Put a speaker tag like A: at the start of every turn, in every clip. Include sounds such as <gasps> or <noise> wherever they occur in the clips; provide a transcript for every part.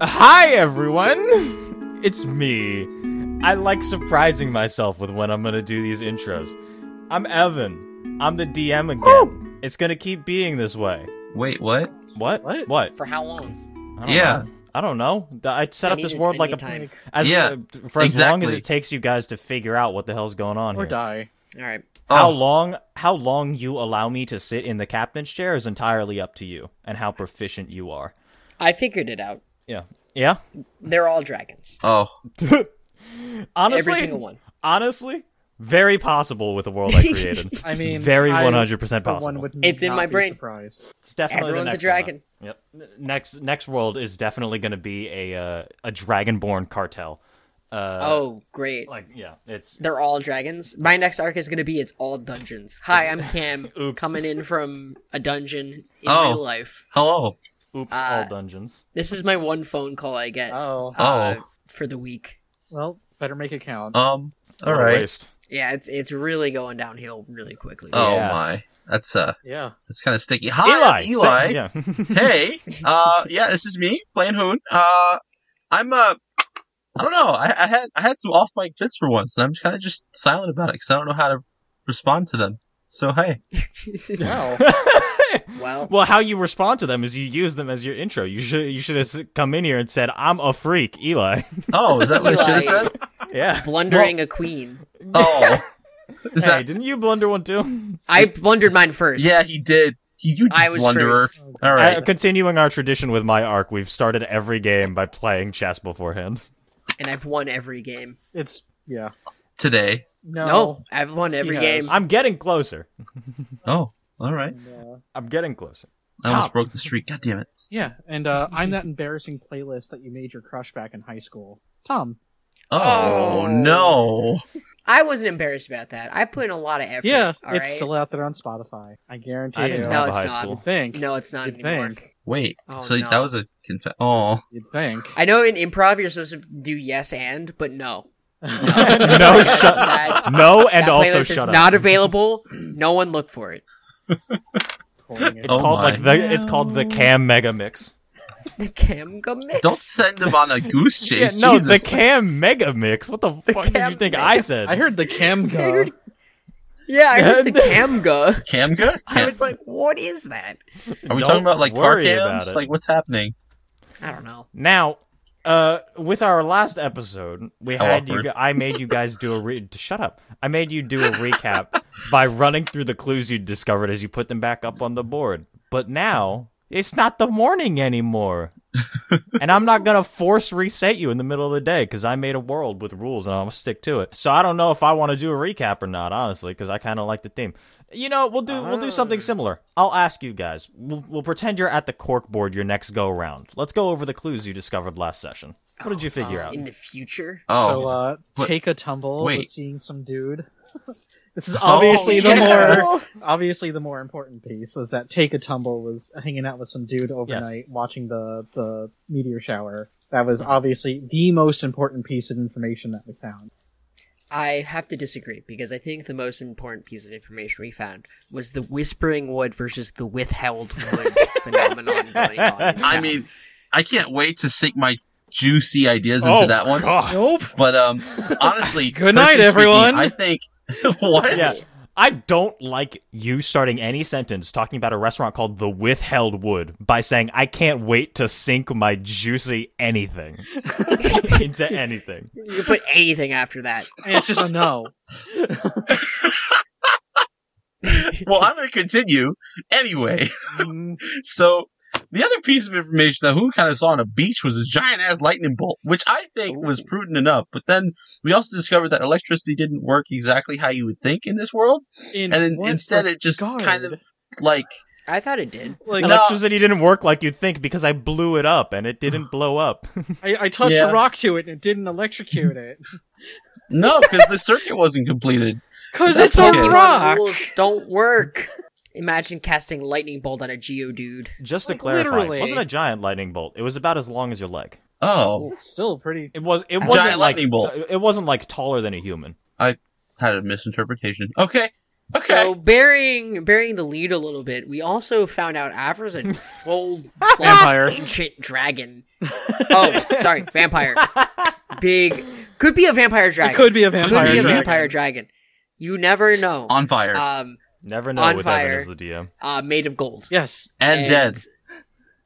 A: Hi, everyone! It's me. I like surprising myself with when I'm gonna do these intros. I'm Evan. I'm the DM again. It's gonna keep being this way.
B: Wait, what?
A: What?
C: What?
A: What?
C: For how long?
A: I don't
B: Yeah,
A: know. I don't know. Th- I set up
C: I
A: this
C: need-
A: world
C: I
A: like
C: need
A: a
C: time.
A: as
B: Yeah,
A: uh, for as long as
B: exactly.
A: it takes you guys to figure out what the hell's going on
C: Or
A: here.
C: die. All right.
A: How
B: Oh.
A: long how long you allow me to sit in the captain's chair is entirely up to you and how proficient you are.
C: I figured it out.
A: Yeah. Yeah.
C: They're all dragons.
B: oh,
A: Honestly,
C: Every single one.
A: honestly, very possible with the world I created.
D: <laughs> I mean,
A: very
D: I,
A: one hundred percent
D: for One
A: possible.
D: would
C: It's in
D: not
C: my
D: be
C: brain.
D: Surprised.
A: It's definitely the
C: Everyone's a
A: next
C: dragon.
A: one up. Yep. N- Next next world is definitely going to be a uh, a dragonborn cartel. Uh,
C: oh, great.
A: like yeah, it's
C: They're all dragons. My next arc is going to be it's all dungeons. Hi, I'm Cam,
A: <laughs> Oops.
C: coming in from a dungeon in
B: Oh.
C: real life.
B: hello.
A: oops
D: Uh,
A: all dungeons.
C: This is my one phone call I get
D: Oh,
C: uh,
B: Oh.
C: for the week.
D: well, better make it count.
B: Um, all
A: What a
B: right.
A: waste.
C: Yeah, it's it's really going downhill really quickly. <laughs>
B: Oh
A: Yeah.
B: my, that's uh, <laughs>
D: yeah.
B: that's kind of sticky. Hi,
A: Eli.
B: I'm
A: Sa-
B: Eli.
A: yeah. <laughs>
B: Hey, uh, yeah, this is me playing Hoon. Uh, I'm uh, I don't know. I, I had I had some off mic bits for once, and I'm kind of just silent about it because I don't know how to respond to them. So hey,
D: Wow.
C: well,
A: well, how you respond to them is you use them as your intro. You should you should have s- come in here and said, "I'm a freak, Eli."
B: oh, is that what I should
C: Eli.
B: have said?
A: yeah.
C: blundering a queen.
B: Oh, is
A: hey,
B: that?
A: didn't you blunder one too?
C: I blundered mine first.
B: Yeah, he did. He, you
C: I was
B: blunderer.
C: first.
B: All
A: Uh,
B: right.
A: continuing our tradition with my arc, we've started every game by playing chess beforehand.
C: And I've won every game.
D: It's yeah.
B: Today.
D: No.
C: No, I've won every
D: Yes.
C: game.
A: I'm getting closer.
B: Oh, all right.
D: No.
A: I'm getting closer.
B: I almost
A: Top.
B: broke the streak. God damn it.
D: Yeah, and uh, I'm that embarrassing playlist that you made your crush back in high school, Tom.
B: Oh,
C: Oh.
B: no.
C: I wasn't embarrassed about that. I put in a lot of effort.
D: Yeah,
C: all
D: it's
C: right?
D: still out there on Spotify. I guarantee
A: I
D: you.
A: didn't
C: No,
A: have a
C: it's
A: high
C: not.
A: school.
C: <laughs>
A: <laughs>
D: think.
C: No, it's not
D: You'd
C: anymore.
D: think.
B: Wait.
C: Oh,
B: so
C: no.
B: that was a conf. Oh.
D: You'd think. <laughs>
C: I know in improv you're supposed to do yes and, but no.
A: no, shut. <laughs>
C: That,
A: No, and
C: that
A: also
C: playlist is
A: shut up.
C: not available. No one look for it. <laughs>
D: Pulling
A: it's
D: it.
B: Oh
A: called like
B: my.
A: the. It's called the Cam Mega Mix.
C: The Cam go mix.
A: <laughs>
B: Don't send him on a goose
A: Yeah,
B: chase.
A: no,
B: Jesus.
A: the Cam Mega Mix. What the fuck did
C: Cam
A: you think
C: Mega-
A: I said?
D: I heard the cam
C: I
D: go.
C: heard- yeah,
A: <laughs>
C: I heard the Cam go.
B: Camga?
C: I was like, what is that?
B: Are we
A: Don't
B: talking about like car
A: worry about
B: cams?
A: it.
B: Like what's happening?
C: I don't know.
A: Now, uh, with our last episode, we
B: How
A: had you.
B: awkward.
A: gu- I made you guys do a re- shut up. I made you do a recap by running through the clues you discovered as you put them back up on the board. But now it's not the morning anymore, and I'm not gonna force reset you in the middle of the day because I made a world with rules and I'm gonna stick to it. So I don't know if I want to do a recap or not, honestly, because I kind of like the theme. You know, we'll do we'll do something similar. I'll ask you guys. We'll, we'll pretend you're at the cork board your next go round. Let's go over the clues you discovered last session. What did you figure
C: Oh, Just
A: out?
C: In the future?
B: Oh.
D: so uh,
B: But-
D: take a tumble.
B: wait.
D: with seeing some dude. <laughs> this is
B: Oh,
D: obviously the
B: yeah.
D: more <laughs>
C: Oh,
D: obviously the more important piece was that take a tumble was hanging out with some dude overnight watching the the meteor shower that was obviously the most important piece of information that we found
C: I have to disagree because I think the most important piece of information we found was the whispering wood versus the withheld wood
A: <laughs>
C: phenomenon going on. in
B: I
C: town.
B: mean, I can't wait to sink my juicy ideas into that one.
A: Oh, God.
D: nope
B: But um
A: <laughs>
B: honestly
D: Good night,
B: personally
D: everyone.
B: Speaking, I think <laughs> what?
A: Yeah. I don't like you starting any sentence talking about a restaurant called the Withheld Wood by saying I can't wait to sink my juicy anything <laughs> into anything.
C: you could put anything after that.
D: And it's just a
B: <laughs>
D: no
B: Well, I'm gonna continue anyway. So the other piece of information that who kind of saw on a beach was a giant ass lightning bolt, which I think was
C: Ooh.
B: prudent enough. But then we also discovered that electricity didn't work exactly how you would think in this world,
D: In
B: and in,
D: what
B: instead it just
D: regard?
B: kind of like
C: I thought it did.
D: like
B: No.
A: Electricity didn't work like you'd think because I blew it up and it <sighs> didn't blow up.
D: I, I touched
B: Yeah.
D: a rock to it and it didn't electrocute <laughs> it
B: no, because the circuit wasn't completed.
D: because it's
B: That's
D: a
B: okay.
D: rock
C: rules don't work. <laughs> Imagine casting lightning bolt at a geodude.
A: <laughs> Just to
D: Like,
A: clarify,
D: literally.
A: it wasn't a giant lightning bolt. It was about as long as your leg.
D: <laughs>
B: Oh,
D: it's still pretty
A: It was. It
B: Giant
A: wasn't like
B: lightning bolt.
A: It wasn't like taller than a human.
B: had a misinterpretation. Okay, Okay.
C: So burying burying the lead a little bit, we also found out Avra's <laughs> a full
D: Vampire.
C: ancient
B: <laughs>
C: dragon. Oh, sorry, vampire. Big could be a vampire dragon.
D: It could be a
C: Could
D: vampire.
C: be a
D: dragon.
C: vampire dragon. You never know.
B: on fire
C: Um,
A: Never know
C: On
A: with
C: fire.
A: Evan as the DM.
C: uh, made of gold
D: Yes.
B: and, dead.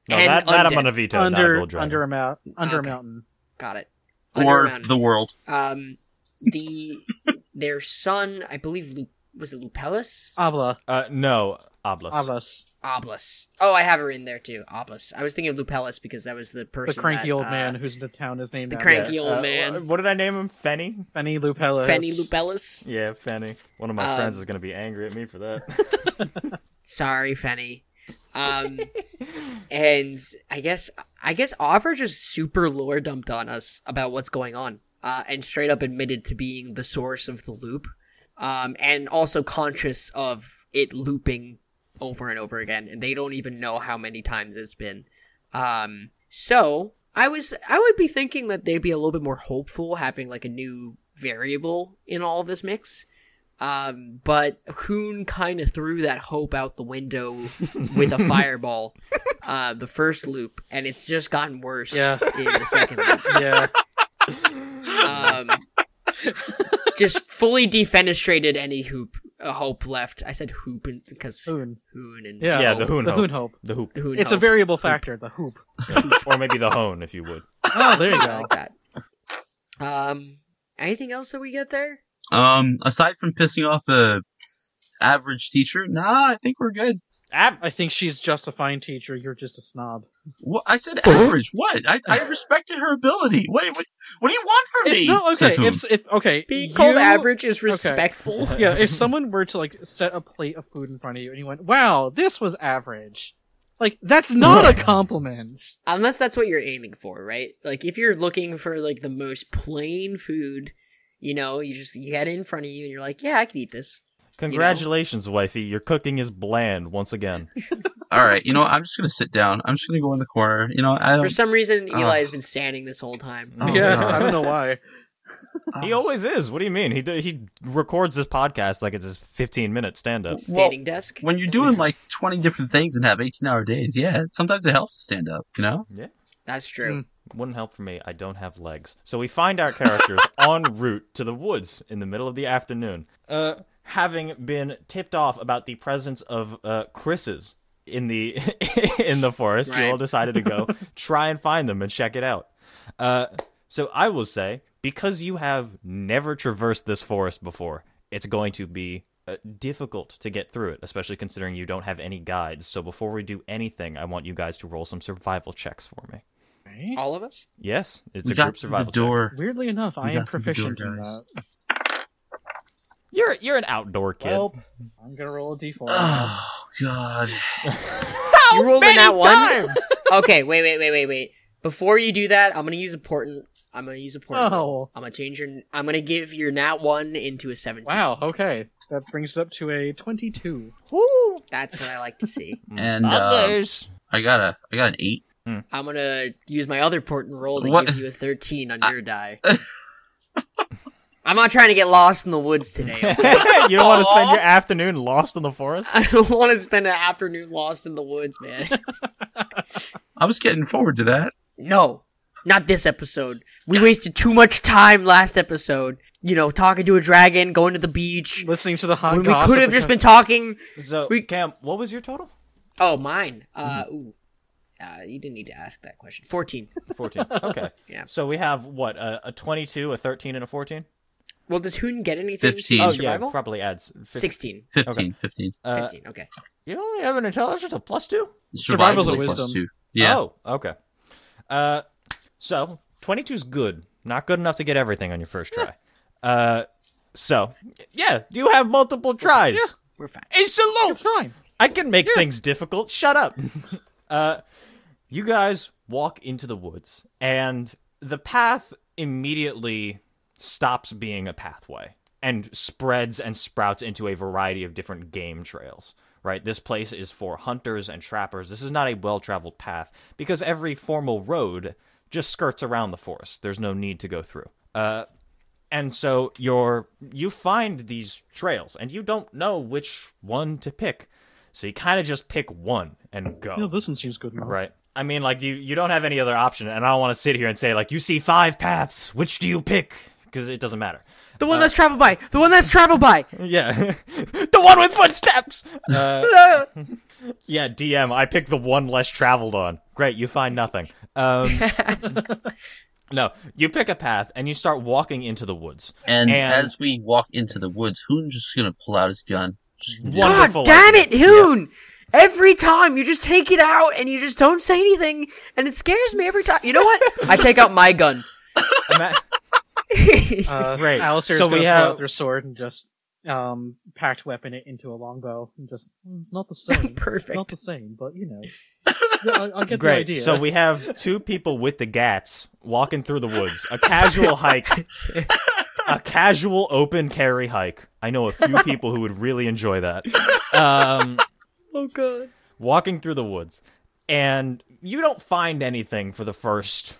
A: No,
C: and
A: that, that I'm
C: undead.
A: gonna veto. not
D: under
A: Gold Dragon.
D: under a mount under
C: Okay.
D: a mountain.
C: Got it. Under a
B: Or
C: mountain.
B: the world.
C: um, the their son, I believe, Lu- was it Lupellus?
D: Abla.
A: Uh, no, Obelisk.
D: Ablas.
C: Oblis. Oh, I have her in there too. Oblis. I was thinking of Lupellus because that was the
D: The
C: person.
D: cranky
C: that,
D: old
C: uh,
D: man whose the town is named
C: the
D: after.
C: cranky
A: Yeah,
C: old
A: uh,
C: man.
A: What did I name him? Fenny.
D: Fanny Lupellus.
C: Fanny Lupellus.
A: Yeah, Fenny. One of my
C: Um,
A: friends is gonna be angry at me for that.
C: Sorry, Fenny. Um, and I guess I guess Offer just super lore dumped on us about what's going on, uh, and straight up admitted to being the source of the loop, um, and also conscious of it looping over and over again, and they don't even know how many times it's been. Um, so I was I would be thinking that they'd be a little bit more hopeful having like a new variable in all of this mix. Um, but Hoon kind of threw that hope out the window
A: <laughs>
D: <laughs>
C: with a fireball, uh, the first loop, and it's just gotten worse
D: Yeah.
C: in the second loop.
D: <laughs> Yeah.
C: Um, just fully defenestrated any hoop, uh, hope left. I said hoop and, because
D: Hoon.
C: <laughs> Hoon and
D: Yeah.
A: Yeah, the
C: hope-
A: Hoon
D: The
A: hope.
D: Hoon Hope.
A: The hoop,
C: the Hoon
D: It's a
C: hope,
D: variable factor, the
C: <laughs>
D: hoop.
A: Yeah. or maybe the hone, if you would.
D: Oh, there you
C: something
D: <laughs> go.
C: like that. Um, anything else that we get there?
B: Um, aside from pissing off a average teacher, nah, I think we're good.
A: Ab-
D: I think she's just a fine teacher. You're just a snob.
B: What I said average. What? I, I respected her ability. What what, what do you want from me?
D: It's not okay.
B: says whom.
D: If, if okay,
C: Being
D: you-
C: called average is respectful.
D: Yeah, if someone were to like set a plate of food in front of you and you went, "Wow, this was average," like that's not a compliment.
C: Unless that's what you're aiming for, right? Like if you're looking for like the most plain food, you know, you just you had it in front of you and you're like, yeah, I could eat this.
A: Congratulations, wifey. Your cooking is bland once again.
B: All right, you know, what? I'm just gonna sit down. I'm just gonna go in the corner. You know, I
C: For
B: don't.
C: some reason,
B: Ah.
C: Eli has been standing this whole time.
B: Oh,
D: yeah,
B: God.
D: I don't know why.
A: He always is. What do you mean? He d- he records this podcast like it's his 15 minute stand up.
C: Standing desk.
B: when you're doing like 20 different things and have 18 hour days, yeah, sometimes it helps to stand up. You know,
C: That's true.
A: Wouldn't help for me. I don't have legs. So we find our characters en route to the woods in the middle of the afternoon, uh, having been tipped off about the presence of uh, Chris's in the <laughs> in the forest. We
C: Right.
A: all decided to go try and find them and check it out. Uh, so I will say, because you have never traversed this forest before, it's going to be uh, difficult to get through it, especially considering you don't have any guides. So before we do anything, I want you guys to roll some survival checks for me.
B: Mm.
C: All of us.
A: Yes, it's
B: we
A: a
B: got
A: group
B: through
A: survival
B: the door.
D: Weirdly enough, I
B: We
D: am
B: got through the door,
D: proficient in
B: guys.
D: that.
A: check. You're you're an outdoor kid.
D: Well, Ah. I'm gonna roll a d4. now.
B: Oh God!
C: you rolled in that one. <laughs> okay, wait, wait, wait, wait, wait. Before you do that, I'm gonna use a portent. I'm gonna use a portent.
B: Oh.
D: Oh.
C: roll. I'm gonna change your. I'm gonna give your nat one into a seventeen.
D: Wow. Okay, that brings it up to a twenty-two.
C: That's what I like to see.
B: And, uh, <laughs>
A: others.
B: I got a I got an eight.
C: I'm gonna use my other portent roll to
B: What?
C: give you a 13 on your die. I'm not trying to get lost in the woods today.
A: <laughs> you
C: okay?
A: don't want to spend your afternoon lost in the forest.
C: I don't want to spend an afternoon lost in the woods, man.
B: I was getting forward to that.
C: No, not this episode. We wasted too much time last episode. You know, talking to a dragon, going to the beach.
D: Listening to the hot
C: When we
D: gossip
C: could have
D: of
C: just
D: the-
C: been talking.
A: So,
C: We-
A: Cam, what was your total?
C: Oh, mine. Uh, ooh. Uh, you didn't need to ask that question. 14.
B: <laughs>
A: 14. Okay.
C: Yeah.
A: So we have what a, a 22, a 13, and a 14.
C: Well, does Hoon get anything?
B: 15.
C: To
A: Oh
B: In
A: yeah,
C: survival?
A: probably adds. fif-
C: 16.
B: 15,
A: Okay.
B: 15.
A: Uh,
C: 15, okay.
A: you only have an intelligence of plus two.
D: Survival's
B: Survival
D: a
B: is plus
D: wisdom.
B: two. Yeah.
A: Oh, okay. Uh, so 22 is good. Not good enough to get everything on your first try. uh, so yeah, you have multiple tries.
C: We're fine.
A: Hey, salute!
D: It's fine.
A: I can make things difficult. Shut up. uh, you guys walk into the woods, and the path immediately stops being a pathway and spreads and sprouts into a variety of different game trails. Right? This place is for hunters and trappers. This is not a well traveled path because every formal road just skirts around the forest. There's no need to go through. Uh, And so you're you find these trails and you don't know which one to pick. So you kind of just pick one and go.
D: Yeah, this one seems good enough.
A: Right. I mean, like you, you don't have any other option, and I don't want to sit here and say like you see five paths. Which do you pick? Because it doesn't matter.
C: The one that's traveled by. The one that's traveled by.
A: Yeah, <laughs> the one with footsteps. Uh, <laughs> yeah, DM. I picked the one less traveled on. Great, you find nothing.
C: <laughs>
A: Um, no, you pick a path and you start walking into the woods.
B: And,
A: And-
B: as we walk into the woods, Hoon's just gonna pull out his gun. Just-
C: God
A: Wonderful
C: damn it,
A: idea.
C: Hoon! Every time you just take it out and you just don't say anything, and it scares me every time. You know what? I take out my gun.
A: Ima-
D: Uh,
A: Great.
D: Alistair's
A: So we
D: gonna
A: have-
D: pull out their sword and just um packed weapon it into a longbow and just "Mm,
A: <laughs>
D: it's not the same.
C: Perfect.
D: It's not the same, but you know, I'll, I'll get
A: Great.
D: the idea.
A: So we have two people with the gats walking through the woods. A casual hike. A casual open carry hike. I know a few people who would really enjoy that. Um,
C: Oh god.
A: walking through the woods. And you don't find anything for the first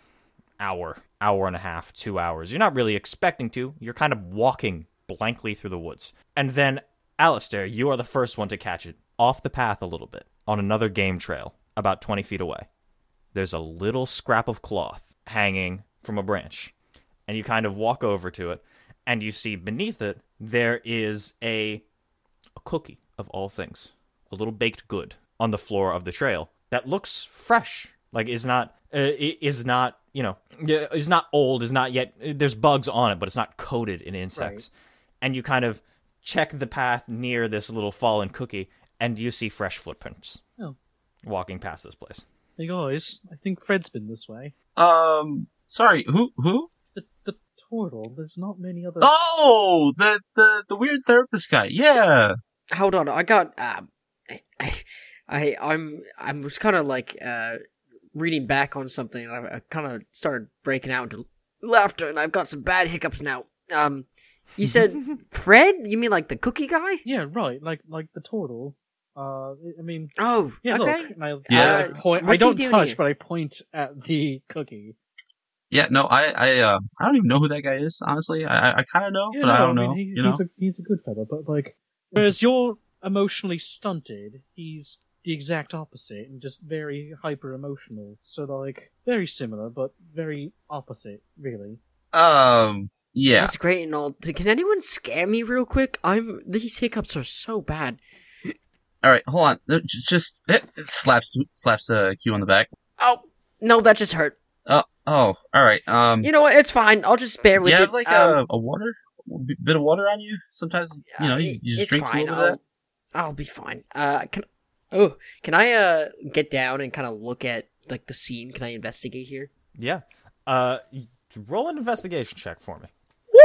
A: hour, hour and a half, two hours. You're not really expecting to. You're kind of walking blankly through the woods. And then, Alistair, you are the first one to catch it off the path a little bit on another game trail about 20 feet away. There's a little scrap of cloth hanging from a branch. And you kind of walk over to it, and you see beneath it there is a a cookie of all things, a little baked good on the floor of the trail that looks fresh, like is not uh, i- is not you know yeah, is not old, is not yet. There's bugs on it, but it's not coated in insects. And you kind of check the path near this little fallen cookie, and you see fresh footprints
D: Oh.
A: walking past this place.
D: Hey guys, I think Fred's been this way.
B: Um, sorry, who? Who?
D: The the turtle. There's not many other.
B: Oh, the the the weird therapist guy. Yeah.
C: Hold on, I got um I, I, I I'm I was kinda like uh reading back on something and I, I kinda started breaking out into laughter and I've got some bad hiccups now. Um you said Fred? You mean like the cookie guy?
D: Yeah, right. Like like the turtle. Uh, I mean,
C: Oh,
D: yeah.
C: okay. Uh,
D: Look, and I,
B: Yeah.
D: I, point, I
C: what's he
D: don't
C: doing
D: touch,
C: here?
D: but I point at the cookie.
B: Yeah, no, I, I, uh, I don't even know who that guy is. Honestly, I, I- I kind of know,
D: Yeah,
B: but
D: no,
B: I don't
D: I mean,
B: know.
D: he-
B: you know,
D: he's a he's a good fella, but like, whereas you're emotionally stunted, he's the exact opposite and just very hyper emotional. So like, very similar, but very opposite, really. <laughs>
B: um, yeah.
C: That's great and all. Can anyone scare me real quick? I'm these hiccups are so bad.
B: All right, hold on. No, j- Just eh, slaps slaps uh, Q on the back.
C: Oh no, that just hurt.
B: Oh, oh, all right. Um,
C: You know what? It's fine. I'll just bear
B: you
C: with
B: have
C: it.
B: like
C: Um, uh,
B: a, a water, a b- bit of water on you. Sometimes you know you, you just
C: it's
B: drink a
C: fine.
B: little bit
C: I'll,
B: of that.
C: I'll be fine. Uh, can oh, can I uh get down and kind of look at like the scene? Can I investigate here?
A: Yeah. Uh, roll an investigation check for me.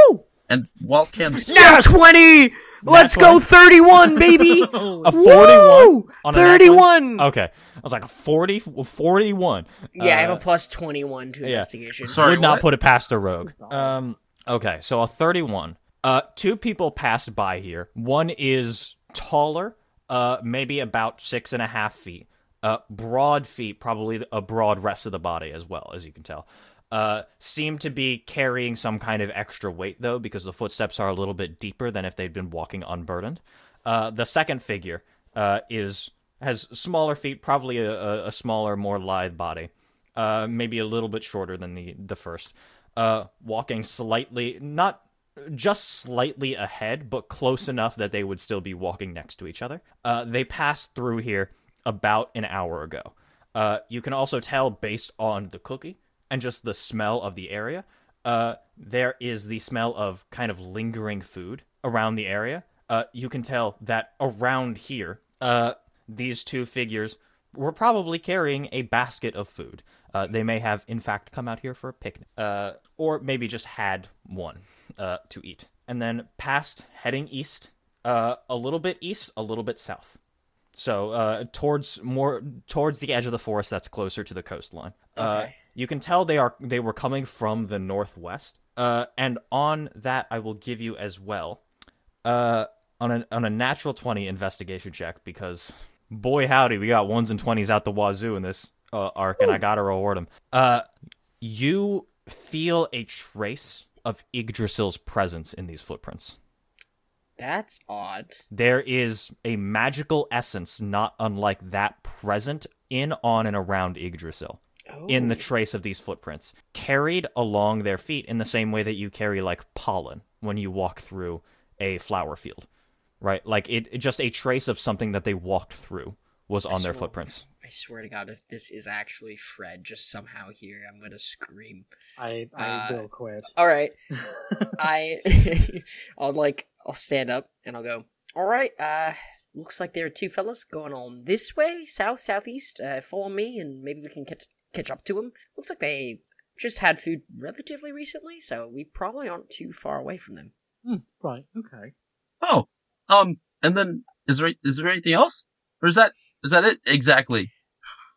C: Woo!
B: And while
C: <laughs>
B: Cam's
A: Yes!
C: Nat twenty. Let's go
A: 20.
C: thirty-one, baby.
A: A
D: Oh,
A: f- 41
C: Woo!
A: on a nat
C: Thirty-one.
A: Okay, I was like 40, 41.
C: yeah, I have
A: Uh,
C: a plus twenty-one to
A: yeah.
C: investigation.
B: Sorry,
A: would not
B: what?
A: put it past a rogue.
D: Solid.
A: Um, okay, so a 31. Uh, two people passed by here. One is taller, uh, maybe about six and a half feet. Uh, broad feet, probably a broad rest of the body as well, as you can tell. Uh, seem to be carrying some kind of extra weight though, because the footsteps are a little bit deeper than if they'd been walking unburdened. Uh, the second figure uh, is has smaller feet, probably a, a, a smaller, more lithe body uh, maybe a little bit shorter than the the first. Uh, walking slightly, not just slightly ahead, but close enough that they would still be walking next to each other. Uh, they passed through here about an hour ago. Uh, you can also tell based on the cookie and just the smell of the area. Uh, there is the smell of kind of lingering food around the area. Uh, you can tell that around here, uh, these two figures were probably carrying a basket of food. Uh, they may have, in fact, come out here for a picnic, uh, or maybe just had one uh, to eat. And then passed heading east, uh, a little bit east, a little bit south. So uh, towards more towards the edge of the forest that's closer to the coastline. Uh,
C: Okay.
A: you can tell they are they were coming from the northwest. Uh, and on that, I will give you as well uh, on a on a natural twenty investigation check because boy howdy, we got ones and twenties out the wazoo in this uh, arc, and I gotta reward them. Uh, you feel a trace of Yggdrasil's presence in these footprints.
C: That's odd.
A: There is a magical essence not unlike that present in, on, and around Yggdrasil
C: Oh.
A: in the trace of these footprints, carried along their feet in the same way that you carry like pollen when you walk through a flower field, right? Like it, it- just a trace of something that they walked through was on their
C: saw-
A: footprints.
C: Oh, I swear to God, if this is actually Fred, just somehow here, I'm gonna scream.
D: I, I
C: Uh,
D: will quit. <laughs>
C: All right, I, <laughs> I'll like, I'll stand up and I'll go. All right, uh, looks like there are two fellas going on this way, south, southeast. Uh, follow me, and maybe we can catch catch up to them. Looks like they just had food relatively recently, so we probably aren't too far away from them.
D: Hmm, right, okay.
B: Oh, um, and then is there is there anything else, or is that is that it exactly?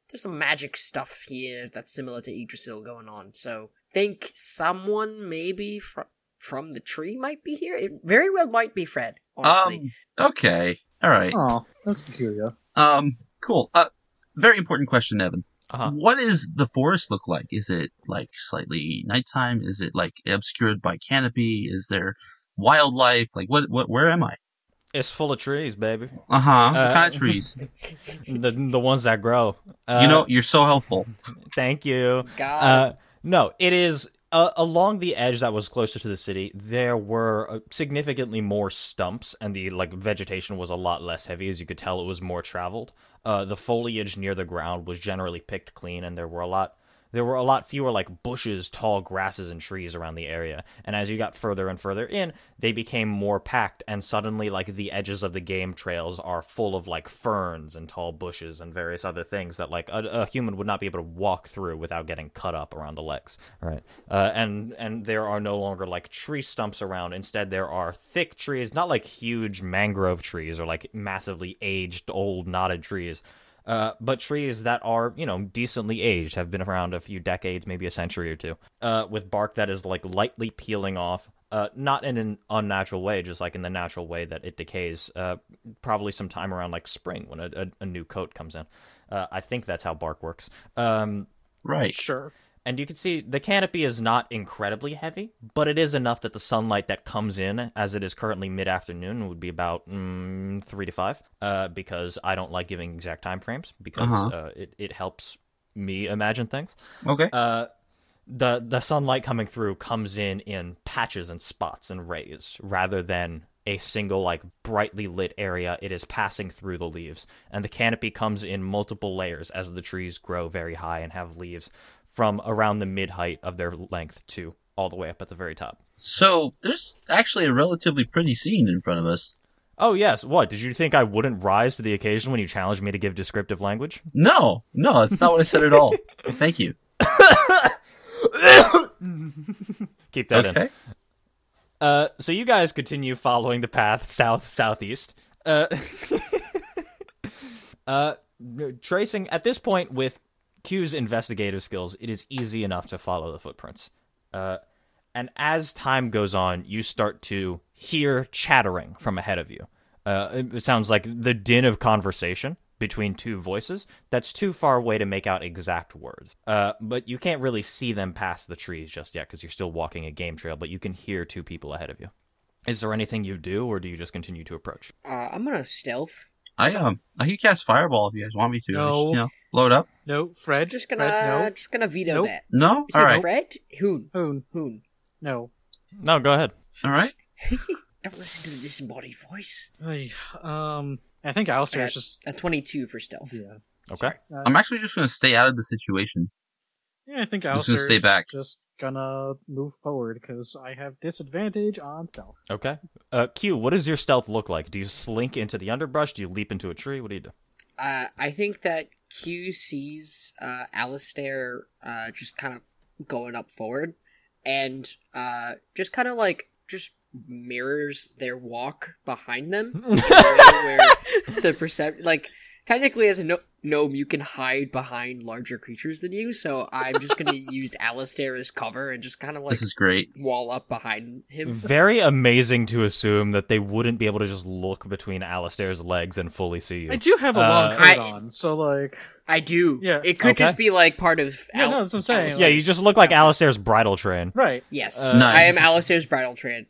C: there's some magic stuff here that's similar to Yggdrasil going on. So think someone maybe from from the tree might be here. It very well might be Fred. Honestly,
B: Um, okay, all right.
D: Oh, that's peculiar.
B: Um, cool. Uh, very important question, Evan.
A: Uh-huh.
B: What does the forest look like? Is it like slightly nighttime? Is it like obscured by canopy? Is there wildlife? Like what? What? Where am I?
A: It's full of trees, baby.
B: Uh-huh.
A: Uh,
B: What kind of trees?
A: The the ones that grow. Uh,
B: you know, you're so helpful.
A: Thank you.
C: God,
A: Uh, no, it is uh, along the edge that was closer to the city. There were uh, significantly more stumps, and the like vegetation was a lot less heavy. As you could tell, it was more traveled. Uh, the foliage near the ground was generally picked clean, and there were a lot. There were a lot fewer like bushes, tall grasses, and trees around the area. And as you got further and further in, they became more packed, and suddenly, like, the edges of the game trails are full of like ferns and tall bushes and various other things that like a, a human would not be able to walk through without getting cut up around the legs. Right. Uh, and and there are no longer like tree stumps around. Instead, there are thick trees, not like huge mangrove trees or like massively aged old knotted trees. Uh, but trees that are, you know, decently aged, have been around a few decades, maybe a century or two, uh, with bark that is like lightly peeling off, uh, not in an unnatural way, just like in the natural way that it decays, uh, probably sometime around like spring when a, a, a new coat comes in. Uh, I think that's how bark works. Um,
B: Right.
D: Sure.
A: and you can see the canopy is not incredibly heavy, but it is enough that the sunlight that comes in, as it is currently mid afternoon, would be about mm, three to five. Uh, because I don't like giving exact time frames because uh
B: Uh-huh.
A: it it helps me imagine things.
B: Okay.
A: Uh, the the sunlight coming through comes in in patches and spots and rays rather than a single like brightly lit area it is passing through the leaves and the canopy comes in multiple layers as the trees grow very high and have leaves from around the mid height of their length to all the way up at the very top
B: So there's actually a relatively pretty scene in front of us.
A: oh yes what did you think i wouldn't rise to the occasion when you challenged me to give descriptive language
B: No, no, it's not what I said at all. Thank you.
A: keep
B: <laughs>
A: that in
B: Okay.
A: Uh, so you guys continue following the path south southeast. Uh, <laughs> uh, tracing at this point with Q's investigative skills, it is easy enough to follow the footprints. Uh, and as time goes on, you start to hear chattering from ahead of you. Uh, it- it sounds like the din of conversation between two voices that's too far away to make out exact words. Uh, but you can't really see them past the trees just yet because you're still walking a game trail, but you can hear two people ahead of you. Is there anything you do, or do you just continue to approach?
C: uh, I'm gonna stealth.
B: I um I can cast fireball if you guys want me to.
D: No.
B: Just, you know, blow it up.
D: No, Fred.
C: Just gonna
D: Fred,
C: just gonna veto
D: Nope.
C: that.
B: No?
C: You said
B: Alright.
C: Fred, Hoon,
D: no. Hoon,
C: Hoon.
D: Oh,
C: <laughs>
D: no.
A: No, go ahead.
B: Alright.
C: Don't listen to the disembodied voice.
D: Ay, um, I think Alistair is just.
C: A 22 for stealth.
D: Yeah.
A: Okay.
D: Uh,
B: I'm actually just gonna stay out of the situation.
D: yeah, I think
B: I'm just
D: Alistair
B: gonna stay
D: is
B: back.
D: just gonna move forward because I have disadvantage on stealth.
A: Okay. Uh, Q, what does your stealth look like? Do you slink into the underbrush? Do you leap into a tree? What do you do?
C: Uh, I think that Q sees uh, Alistair uh, just kind of going up forward and uh, just kind of like just <laughs>
D: <laughs>
C: mirrors their walk behind them. in a way where the percept like technically as a no- gnome you can hide behind larger creatures than you so i'm just
D: <laughs>
C: gonna use alistair as cover and just kind of like
B: this is great.
C: wall up behind him
A: Very amazing to assume that they wouldn't be able to just look between Alistair's legs and fully see you.
D: I do have a long
A: Uh,
D: coat
C: I-
D: on, so like,
C: i do
D: Yeah.
C: it could
A: Okay.
C: just be like part of
D: Yeah, no, that's what I'm saying,
A: yeah, you just look like Alistair's bridal train.
D: right.
C: yes
A: Uh,
B: nice.
C: i am alistair's bridal train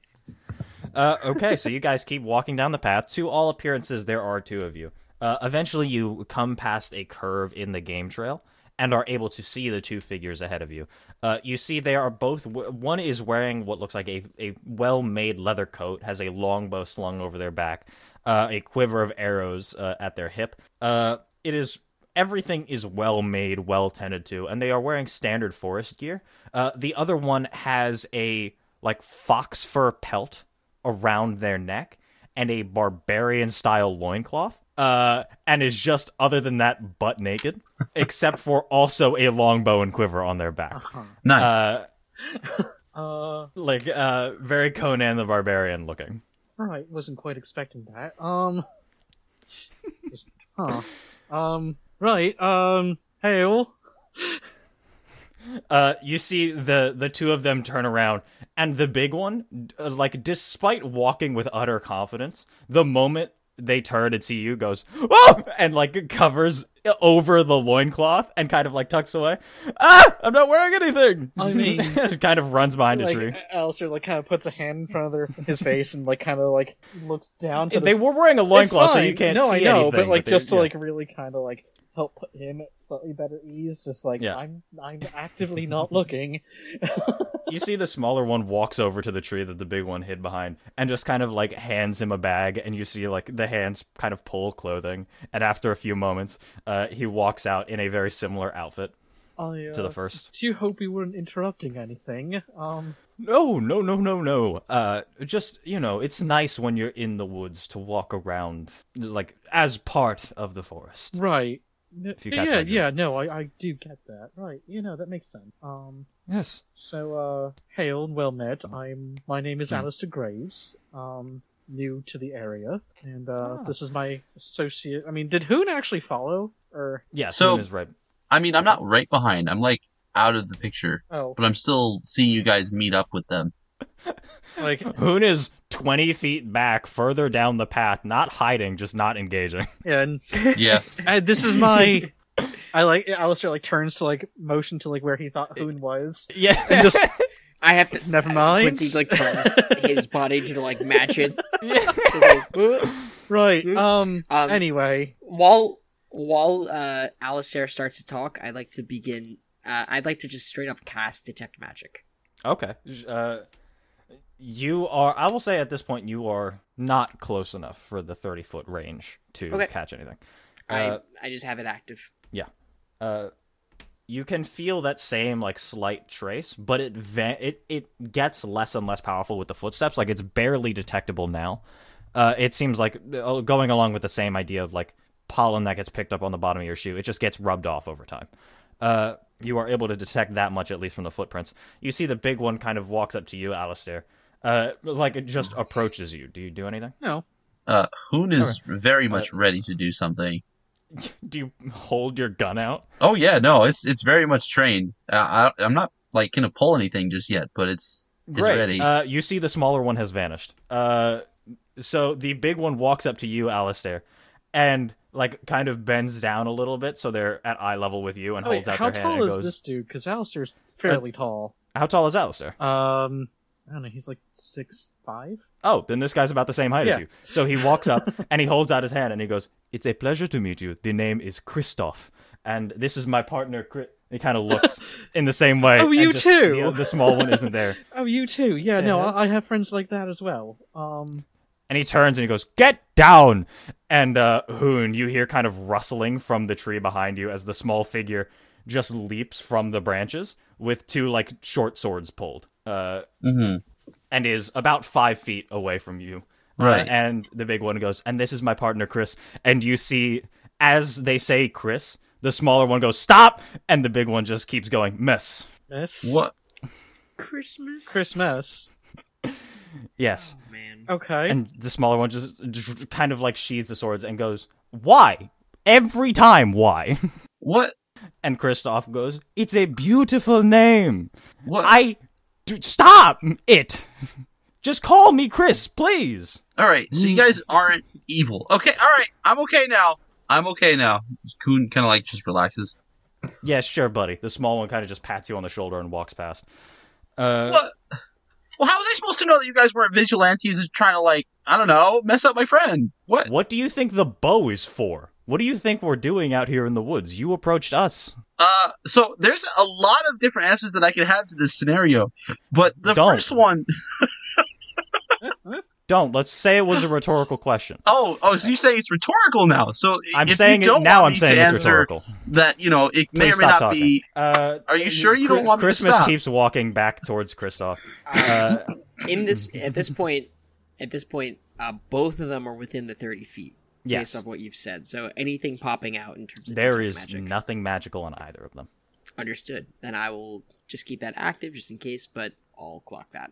A: Uh, okay, so you guys keep walking down the path. To all appearances, there are two of you. Uh, eventually, you come past a curve in the game trail and are able to see the two figures ahead of you. Uh, you see they are both. w- One is wearing what looks like a, a well made leather coat, has a longbow slung over their back, uh, a quiver of arrows uh, at their hip. Uh, it is everything is well made, well tended to, and they are wearing standard forest gear. Uh, the other one has a like fox fur pelt around their neck and a barbarian style loincloth. Uh, and is just other than that butt naked, except for also a longbow and quiver on their back.
D: Uh-huh.
B: Nice.
A: Uh,
D: Uh,
A: like uh, very Conan the Barbarian looking.
D: right. Wasn't quite expecting that.
A: <laughs>
D: Um, just- huh. Um, right. Um, hail.
A: Uh, you see the the two of them turn around, and the big one, d- uh, like despite walking with utter confidence, the moment they turn and see you, goes oh, and like covers uh, over the loincloth and kind of like tucks away. Ah, I'm not wearing anything. <laughs>
D: I mean-
A: kind of runs behind a
D: Like,
A: tree.
D: Alistair like kind of puts a hand in front of their, his face and like kind of like looks down to.
A: They
D: the,
A: were wearing a
D: uh, It's
A: loincloth, so
D: fine.
A: you can't
D: no,
A: see
D: I know,
A: anything.
D: but like
A: they-
D: just to
A: yeah.
D: like really kind of like help put him at slightly better ease. Just like
A: Yeah.
D: I'm, I'm actively not looking.
A: you see the smaller one walks over to the tree that the big one hid behind and just kind of like hands him a bag and you see like the hands kind of pull clothing and after a few moments uh, he walks out in a very similar outfit
D: I uh,
A: to the first
D: do hope we weren't interrupting anything. Um,
A: no no no no no uh just you know it's nice when you're in the woods to walk around like as part of the forest
D: right. N-
A: If you catch my
D: yeah,
A: drift.
D: yeah, no, I, I do get that. Right, you know that makes sense. Um,
A: yes
D: so uh, hail and well met.
A: Mm-hmm.
D: I'm my name
A: Hmm.
D: is Alistair Graves. Um, new to the area, and uh,
A: Ah.
D: this is my associate. I mean, did Hoon actually follow or?
A: yeah
B: So-
A: Moon is right
B: I mean, I'm not right behind. I'm like out of the picture,
D: Oh,
B: but I'm still seeing you guys meet up with them.
D: like <laughs>
A: Hoon is 20 feet back further down the path not hiding just not engaging
D: yeah, and
B: Yeah.
D: I, this is my. I like Alistair like turns to like motion to like where he thought
A: <laughs>
D: Hoon was,
A: yeah
D: <laughs> and just
C: i have to
D: never mind.
C: Quincy like turns his body to like match it
A: Yeah.
C: He's like, "Whoa."
D: right. Um.
C: Um,
D: anyway,
C: while while uh Alistair starts to talk, I'd like to begin uh, I'd like to just straight up cast detect magic.
A: Okay. Uh, you are. I will say at this point, you are not close enough for the thirty foot range to
C: Okay.
A: catch anything. Uh,
C: I I just have it active.
A: uh, you can feel that same like slight trace, but it ve- it it gets less and less powerful with the footsteps. Like it's barely detectable now. Uh, it seems like uh, going along with the same idea of like pollen that gets picked up on the bottom of your shoe. It just gets rubbed off over time. Uh, you are able to detect that much at least from the footprints. You see the big one kind of walks up to you, Alistair. Uh, like it just approaches you. Do you do anything?
D: no.
B: Uh, Hoon is very much ready to do something.
A: Do you hold your gun out?
B: Oh yeah, no, it's it's very much trained. Uh, I, I'm not like gonna pull anything just yet, but it's it's
A: Great.
B: ready.
A: Uh, you see the smaller one has vanished. Uh, so the big one walks up to you, Alistair, and like kind of bends down a little bit so they're at eye level with you and
D: Oh, wait,
A: holds out
D: how
A: their hand
D: tall
A: and
D: is
A: goes,
D: this dude? Because Alistair's fairly tall.
A: How tall is Alistair?
D: Um, I don't know. He's like six five.
A: Oh, then this guy's about the same height as
D: Yeah.
A: you. So he walks
D: <laughs>
A: up and he holds out his hand and he goes, It's a pleasure to meet you. The name is Christoph, and this is my partner, Chris. He kind of
D: <laughs>
A: looks in the same way.
D: Oh,
A: and
D: you
A: just-
D: too.
A: The, the small one isn't there.
D: Oh, you too. Yeah, no,
A: Uh-huh.
D: I, I have friends like that as well. Um,
A: And he turns and he goes, "Get down!" And uh, Hoon, you hear kind of rustling from the tree behind you as the small figure just leaps from the branches with two like short swords pulled, uh,
B: hmm
A: and is about five feet away from you. Uh,
B: Right.
A: and the big one goes, "And this is my partner, Chris." And you see, as they say, Chris, the smaller one goes, "Stop!" And the big one just keeps going, "Miss."
D: miss
B: What?
C: Christmas.
D: Christmas?
A: Yes.
C: Oh, man.
D: Okay.
A: And the smaller one just, just kind of like sheathes the swords and goes, Why? every time why.
B: What?
A: And Kristoff goes, "It's a beautiful name.
B: What?
A: I dude, stop it. <laughs> Just call me Chris, please."
B: all right. So you
A: Mm.
B: guys aren't evil. Okay. All right. I'm okay now. I'm okay now. Coon kind of like just relaxes.
A: Yeah, sure, buddy. The small one kind of just pats you on the shoulder and walks past. Uh,
B: What? Well, how was I supposed to know that you guys weren't vigilantes and trying to like I don't know mess up my friend? What?
A: What do you think the bow is for? What do you think we're doing out here in the woods? You approached us.
B: Uh, so there's a lot of different answers that I could have to this scenario, but the
A: Don't.
B: first one
A: Don't. Let's say it was a rhetorical question.
B: oh oh, so you say it's rhetorical now? So
A: I'm
B: if
A: saying
B: you
A: it
B: don't
A: now. I'm
B: want me
A: saying
B: to
A: it's
B: answer
A: rhetorical.
B: that you know it may
A: Please
B: or may
A: stop
B: not
A: talking.
B: be.
A: Uh,
B: Are you sure you don't
A: Chri-
B: want me to
A: Christmas
B: stop?
A: keeps walking back towards Kristoff. Uh,
C: <laughs> in this
A: <laughs>
C: at this point at this point uh, both of them are within the 30 feet
A: yes,
C: based off what you've said so anything popping out in terms of
A: there
C: detect
A: is
C: magic
A: nothing magical on either of them.
C: understood then i will just keep that active just in case but i'll clock that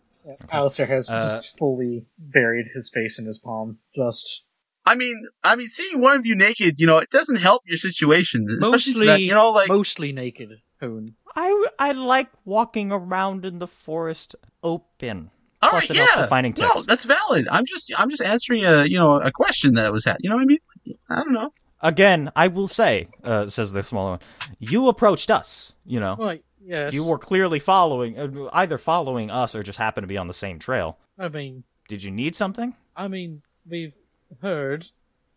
D: Alistair has
A: Uh,
D: just fully buried his face in his palm. Just
B: I mean, I mean, seeing one of you naked, you know, it doesn't help your situation, especially to
D: Mostly-
B: that, you know, like
D: mostly naked, Hoon.
A: I I like walking around in the forest open.
B: all
A: Plus
B: right,
A: it helps
B: yeah,
A: with finding
B: no,
A: text.
B: that's valid. I'm just, I'm just answering a, you know, a question that was had. You know what I mean? I don't know.
A: Again, I will say, uh, says the smaller one, you approached us. You know,
D: Right, yes.
A: you were clearly following, uh, either following us or just happened to be on the same trail.
D: I mean,
A: Did you need something?
D: I mean, we've heard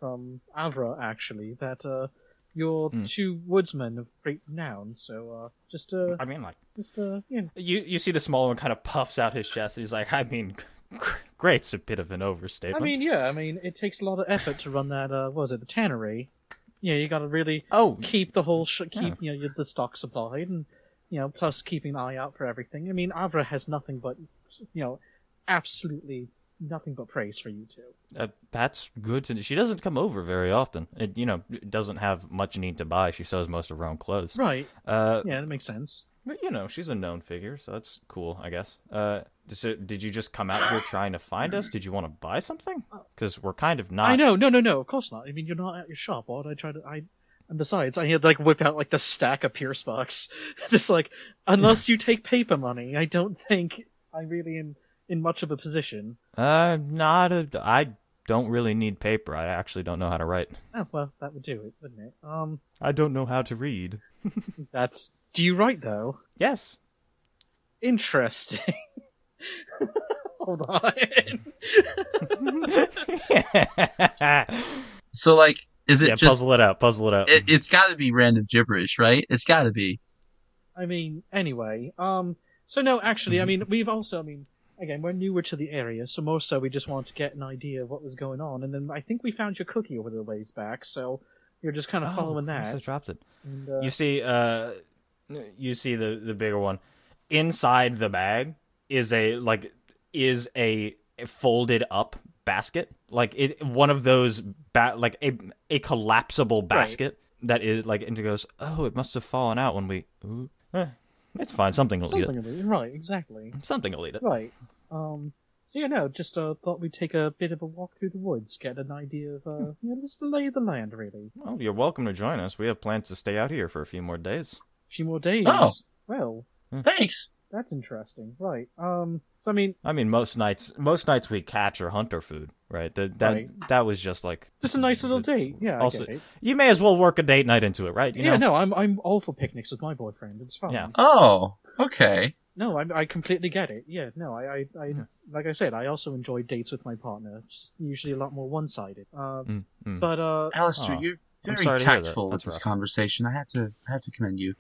D: from Avra actually that uh, you're
A: Hmm.
D: two woodsmen of great renown. So uh, just uh,
A: I mean, like
D: just uh, you know,
A: you you see the smaller one kind of puffs out his chest. And he's like, I mean, <laughs> gr- great's a bit of an
D: I
A: overstatement.
D: mean, yeah, I mean, it takes a lot of effort to run that. Uh, what was it the tannery? Yeah, you got to really
A: oh,
D: keep the whole sh- keep
A: Yeah.
D: you know your- the stock supplied and you know plus keeping an eye out for everything. I mean, Avra has nothing but you know absolutely nothing but praise for you two.
A: uh, that's good to. She doesn't come over very often. It, you know, doesn't have much need to buy. She sews most of her own clothes.
D: Right?
A: Uh,
D: Yeah, that makes sense.
A: but you know, she's a known figure, so that's cool, I guess. Uh, so did you just come out here trying to find us? Did you want to buy something? Because we're kind of not.
D: Oh. I know, no, no, no. Of course not. I mean, you're not at your shop. Why would I try to? I and besides, I had like whip out like the stack of Pierce bucks, <laughs> just like unless you take paper money, I don't think I really am in much of a position.
A: Uh, not a. I don't really need paper. I actually don't know how to write.
D: Oh, well, that would do it, wouldn't it? Um,
A: I don't know how to read.
D: that's. Do you write though?
A: Yes. <laughs>
D: <laughs> Interesting. <laughs> Hold on.
A: yeah,
B: So, like, is it just?
A: puzzle it out. Puzzle it out.
B: It, it's got to be random gibberish, right? It's got to be.
D: I mean, anyway, um, so no, actually, I mean, we've also, I mean, again, we're newer to the area, so more so we just wanted to get an idea of what was going on, and then I think we found your cookie over the ways back, so you're just kind of following
A: I must
D: that.
A: have Oh, dropped it.
D: And, uh,
A: You see, uh, you see the the bigger one. Inside the bag is a like is a folded up basket, like it one of those ba- like a a collapsible basket that is like and it goes. Oh, it must have fallen out when we. Ooh, eh, it's fine. Something will eat
D: something of it, right? Exactly,
A: it. Something will eat it.
D: right. Um, so you know, just uh, thought we'd take a bit of a walk through the woods, get an idea of, uh, you know, just the lay of the land, really.
A: Well, Oh, you're welcome to join us. We have plans to stay out here for a few more days.
D: A few more days.
B: Oh.
D: Well,
B: Thanks.
D: that's interesting, right? Um, so I mean,
A: I mean, most nights, most nights we catch or hunt our food, right? That that
D: Right.
A: that was just like
D: just a nice little date. Yeah, I
A: Also-
D: get it.
A: You may as well work a date night into it, right? You
D: yeah,
A: know,
D: no, I'm I'm all for picnics with my boyfriend. It's fun.
A: Yeah.
B: Oh, okay.
D: No, I, I completely get it. Yeah, no, I, I, I like I said, I also enjoy dates with my partner. It's usually a lot more one-sided. Uh,
A: Mm, mm.
D: But uh,
B: Alistair,
A: Aw.
B: you're
A: I'm
B: very
A: sorry to hear that.
B: tactful with
A: That's
B: this
A: rough.
B: conversation. I have to, I have to commend you.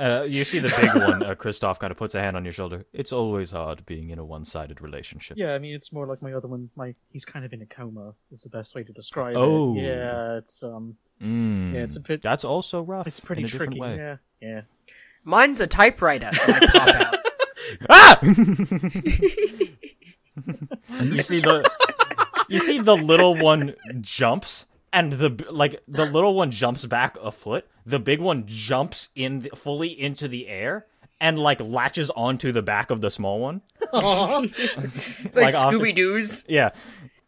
A: Uh, you see the big one, uh, Christoph, kind of puts a hand on your shoulder. It's always hard being in a one-sided relationship.
D: yeah, I mean, it's more like my other one. My he's kind of in a coma. Is the best way to describe
A: Oh.
D: it. Yeah, it's um,
A: Mm.
D: yeah, it's a bit,
A: That's also rough.
D: it's pretty
A: in a
D: tricky.
A: different way.
D: Yeah, yeah.
C: mine's a <laughs> typewriter and I pop out.
D: <laughs>
A: Ah! you see the you see the little one jumps and the b- like the little one jumps back a foot the big one jumps in the, fully into the air and like latches onto the back of the small one
C: like,
A: Like often-
C: Scooby Doo's.
A: yeah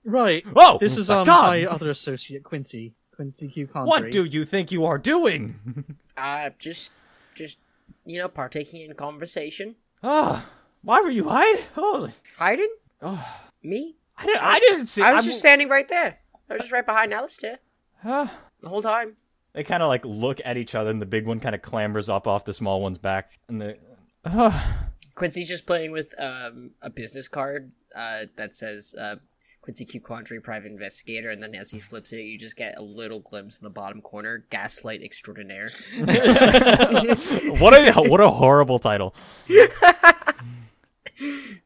D: Right.
A: oh
D: This is
A: my
D: um
A: God.
D: my other associate Quincy. LGBTQ country.
A: What do you think you are doing?
C: Uh, just, just, you know, partaking in conversation.
A: Ah, why were you hiding? Holy,
C: Hiding?
A: oh,
C: Me?
A: I didn't. I didn't see.
C: I was
A: I'm-
C: just standing right there. I was just right behind Alistair
A: Ah.
C: the whole time.
A: They kind of like look at each other, and the big one kind of clambers up off the small one's back, and the. Ah.
C: Quincy's just playing with um, a business card uh, that says uh, Quincy Q Quandary Private Investigator, and then as he flips it, you just get a little glimpse in the bottom corner Gaslight Extraordinaire.
A: <laughs>
C: <laughs>
A: what a what a horrible title.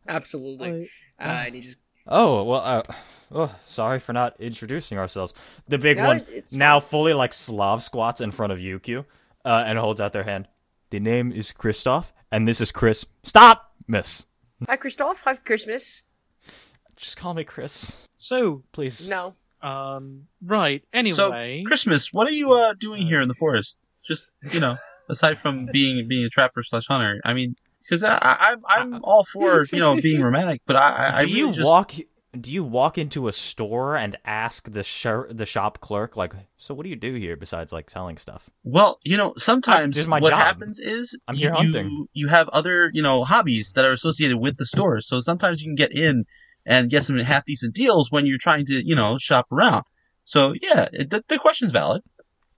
C: Absolutely.
D: I-
C: uh, and he just.
A: Oh well, uh, oh, sorry for not introducing ourselves. The big
C: No,
A: one
C: it's- it's
A: now fully like Slav squats in front of Yukio uh, and holds out their hand. The name is Kristoff, and this is Chris. Stop, Miss.
C: Hi, Christoph. Hi, Christmas.
A: Just call me Chris,
D: So,
A: please.
C: No.
D: um, right. Anyway,
B: So Christmas, what are you uh, doing here in the forest? Just you know, aside
A: <laughs>
B: from being being a trapper slash hunter, I mean, because I, I I'm I'm all for you know
A: <laughs>
B: being romantic, but I I, I
A: Uh, do you
B: really just,
A: walk? Do you walk into a store and ask the shir- the shop clerk like, so what do you do here besides like selling stuff?
B: Well, you know,
A: This
B: sometimes
A: is my
B: what
A: job.
B: happens is
A: I'm
B: you,
A: here
B: you
A: hunting.
B: you have other you know hobbies that are associated with the store, so sometimes you can get in and get some half decent deals when you're trying to you know shop around. So yeah, it, the, the question's valid.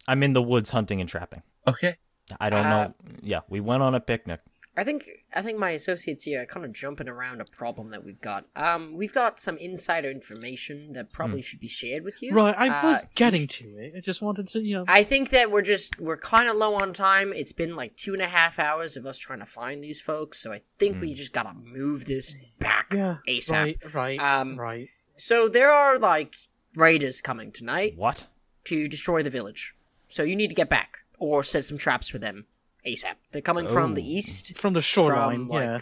A: I'm in the woods hunting and trapping.
B: Okay,
A: I don't
C: Uh,
A: know. Yeah, we went on a picnic.
C: I think I think my associates here are kind of jumping around a problem that we've got. Um, we've got some insider information that probably should be shared with you.
D: right. I was
C: Uh,
D: getting to it. I just wanted to, you know,
C: I think that we're just we're kind of low on time. It's been like two and a half hours of us trying to find these folks, so I think we just gotta move this back
D: yeah,
C: ASAP.
D: right, right,
C: Um,
D: right.
C: So there are like raiders coming tonight
A: What?
C: to destroy the village. So you need to get back or set some traps for them ASAP. They're coming from the
A: Oh.
C: east,
D: From the shoreline.
C: from like
D: yeah.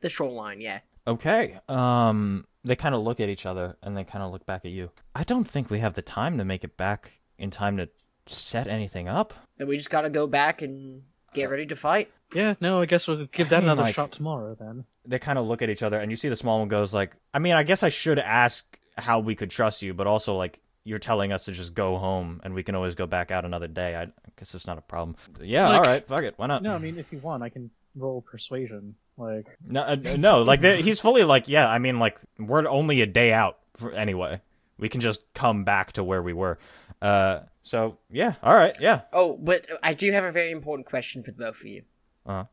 C: the shoreline. Yeah.
A: Okay. Um they kind of look at each other and they kind of look back at you. I don't think we have the time to make it back in time to set anything up.
C: Then we just gotta go back and get ready to fight.
D: Yeah. No, I guess we'll give
A: I
D: that
A: mean,
D: another
A: like-
D: shot tomorrow then.
A: They kind of look at each other and you see the small one goes like, "I mean, I guess I should ask how we could trust you, but also like you're telling us to just go home and we can always go back out another day. I I guess it's not a problem." Yeah,
D: Like-
A: all right. Fuck it. Why not?
D: No, I mean, if you want, I can roll persuasion. Like,
A: No, uh, no, like they, he's fully like, yeah. I mean, like we're only a day out for, anyway. We can just come back to where we were. Uh, so yeah, all right, yeah.
C: Oh, but I do have a very important question for the both of you.
A: Uh-huh.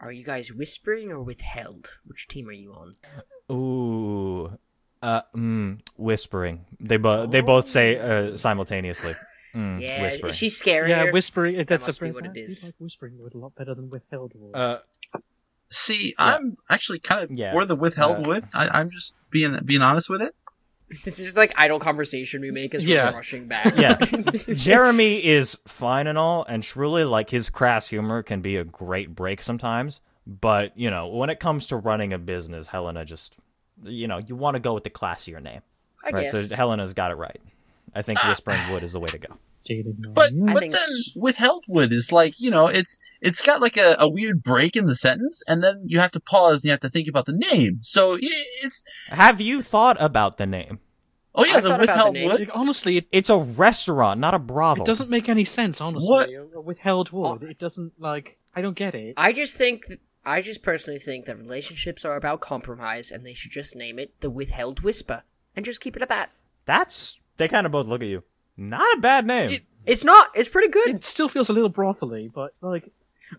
C: Are you guys whispering or withheld? Which team are you on?
A: Ooh, uh, mm, whispering. They both they both say uh, simultaneously. Mm,
C: yeah,
A: whispering.
C: is she scary?
D: yeah, whispering. That's
C: must
D: a
C: be
D: pretty-
C: what it
D: I do
C: is.
D: Like whispering would a lot better than withheld. would.
A: uh,
B: see,
A: Yeah.
B: I'm actually kind of
A: Yeah.
B: for the withheld
A: Uh,
B: with. I, I'm just being being honest with it.
C: <laughs> This is like idle conversation we make as we're
D: Yeah.
C: rushing
A: <laughs>
C: back.
A: Yeah. Jeremy is fine and all, and truly, like his crass humor can be a great break sometimes. But you know, when it comes to running a business, Helena just, you know, you want to go with the classier name.
C: <laughs> I
A: right,
C: guess. Ah.
A: so Helena's got it right. I think Whispering Wood is the way to go.
D: Jaded man.
B: But
C: I
B: but
C: think
B: then
C: s-
B: withheld would is like you know it's it's got like a, a weird break in the sentence, and then you have to pause and you have to think about the name. So i- it's
A: Have you thought about the name?
B: oh yeah,
C: I
B: the
C: thought about the
B: withheld
C: name.
B: would.
D: Like, honestly, it,
A: It's a restaurant, not a brothel.
D: it doesn't make any sense. Honestly,
B: What?
D: A- a withheld would.
C: Oh.
D: It doesn't like. I don't get it.
C: I just think, th- I just personally think that relationships are about compromise, and they should just name it the Withheld Whisper and just keep it at that.
A: That's they kind of both look at you. Not a bad name.
B: It-
C: It's not. It's pretty good.
D: It still feels a little brothely, but like,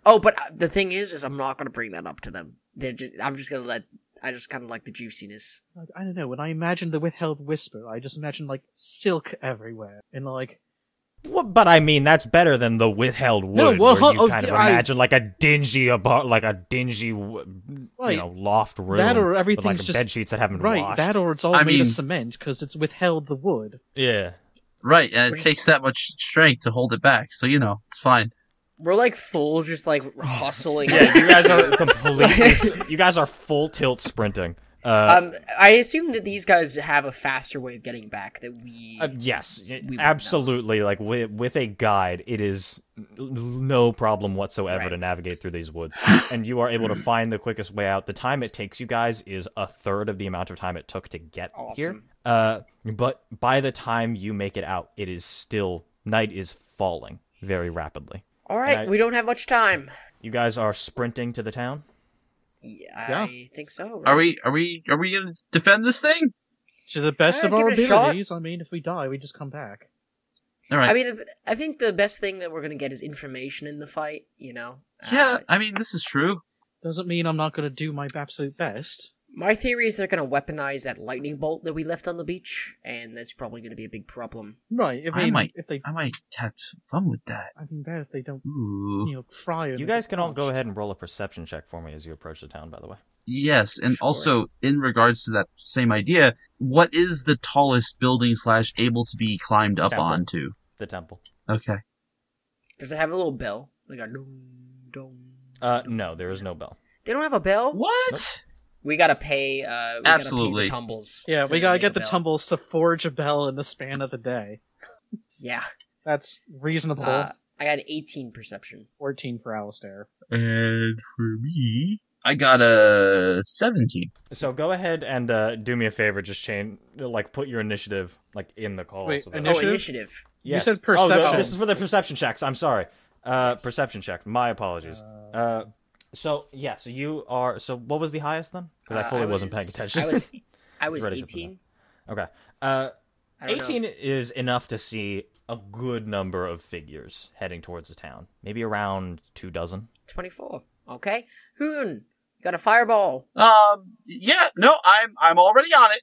C: Oh, but uh, the thing is, is I'm not gonna bring that up to them. They're just. I'm just gonna let. I just kind of like the juiciness.
D: like I don't know. When I imagine the withheld whisper, I just imagine like silk everywhere and like
A: Well, but I mean, that's better than the withheld
D: No,
A: wood,
D: well,
A: where
D: oh,
A: you kind of
D: I-
A: imagine like a dingy apart, like a dingy, w-
D: Right.
A: you know, loft room.
D: that or
A: with like
D: everything's just
A: bed sheets that haven't
D: right.
A: washed.
D: That or it's all
B: I
D: made
B: mean-
D: of cement because it's withheld the wood.
A: yeah.
B: Right, and
C: Right.
B: it takes that much strength to hold it back. So you know, it's fine.
C: We're like full, just like hustling.
A: Yeah, you guys
C: <laughs>
A: are completely. you guys are full tilt sprinting. Uh,
C: Um, I assume that these guys have a faster way of getting back that we.
A: uh, yes,
C: would not.
A: absolutely. Like with, with a guide, it is n- no problem whatsoever
C: Right.
A: to navigate through these
C: <laughs>
A: woods, and you are able to find the quickest way out. The time it takes you guys is a third of the amount of time it took to get here.
C: Awesome.
A: Uh, but by the time you make it out, it is still Night is falling very rapidly.
C: All right,
A: I-
C: we don't have much time.
A: You guys are sprinting to the town.
C: Yeah, I think so.
B: Are
C: right?
B: we? Are we? Are we gonna defend this thing?
D: To the best
C: Yeah,
D: of our
C: give it a shot.
D: abilities, I mean, if we die, we just come back.
B: All right.
C: I mean, I think the best thing that we're gonna get is information in the fight. You know.
B: yeah.
C: Uh,
B: I mean, this is true.
D: Doesn't mean I'm not going to do my absolute best.
C: my theory is they're gonna weaponize that lightning bolt that we left on the beach, and that's probably gonna be a big problem.
D: Right? If
B: I
D: they,
B: might-
D: if they,
B: I might have some fun with that.
D: I mean, bad if they don't,
B: Ooh.
D: you know, try.
A: You guys can all go ahead and roll a perception check for me as you approach the town. By the way,
B: Yes, and
C: Sure.
B: also in regards to that same idea, what is the tallest building slash able to be climbed up
A: Temple.
B: onto?
A: the temple.
B: Okay.
C: Does it have a little bell? Like a dong dong.
A: Uh, no, there is no bell.
C: They don't have a bell.
B: What?
C: We gotta pay. Uh, we Gotta pay
B: Absolutely.
C: the tumbles.
D: Yeah,
C: to
D: we gotta
C: make
D: get
C: a
D: the
C: bell.
D: tumbles to forge a bell in the span of the day.
C: Yeah.
D: That's reasonable.
A: Uh-huh.
C: Uh, I got an 18 perception.
D: 14 for Alistair.
B: And for me, I got a seventeen.
A: So go ahead and uh, do me a favor. Just chain, like, put your initiative like in the call.
D: Wait,
A: so that-
D: Initiative?
C: Oh, initiative.
A: Yes.
D: said
A: Oh, no,
D: perception.
A: this is for the perception checks. I'm sorry. Uh,
C: Yes.
A: perception check. My apologies. Uh, so yeah, so you are. So what was the highest then? Because
C: Uh,
A: I fully
C: was,
A: wasn't paying attention.
C: <laughs>
A: <laughs>
C: I was, I was
A: Ready to put
C: 18.
A: okay. Uh,
C: I don't know if-
A: Eighteen is enough to see a good number of figures heading towards the town. Maybe around two dozen.
C: 24. Okay. Hoon, you got a fireball. <laughs>
B: Um. Yeah. No. I'm. I'm already on it.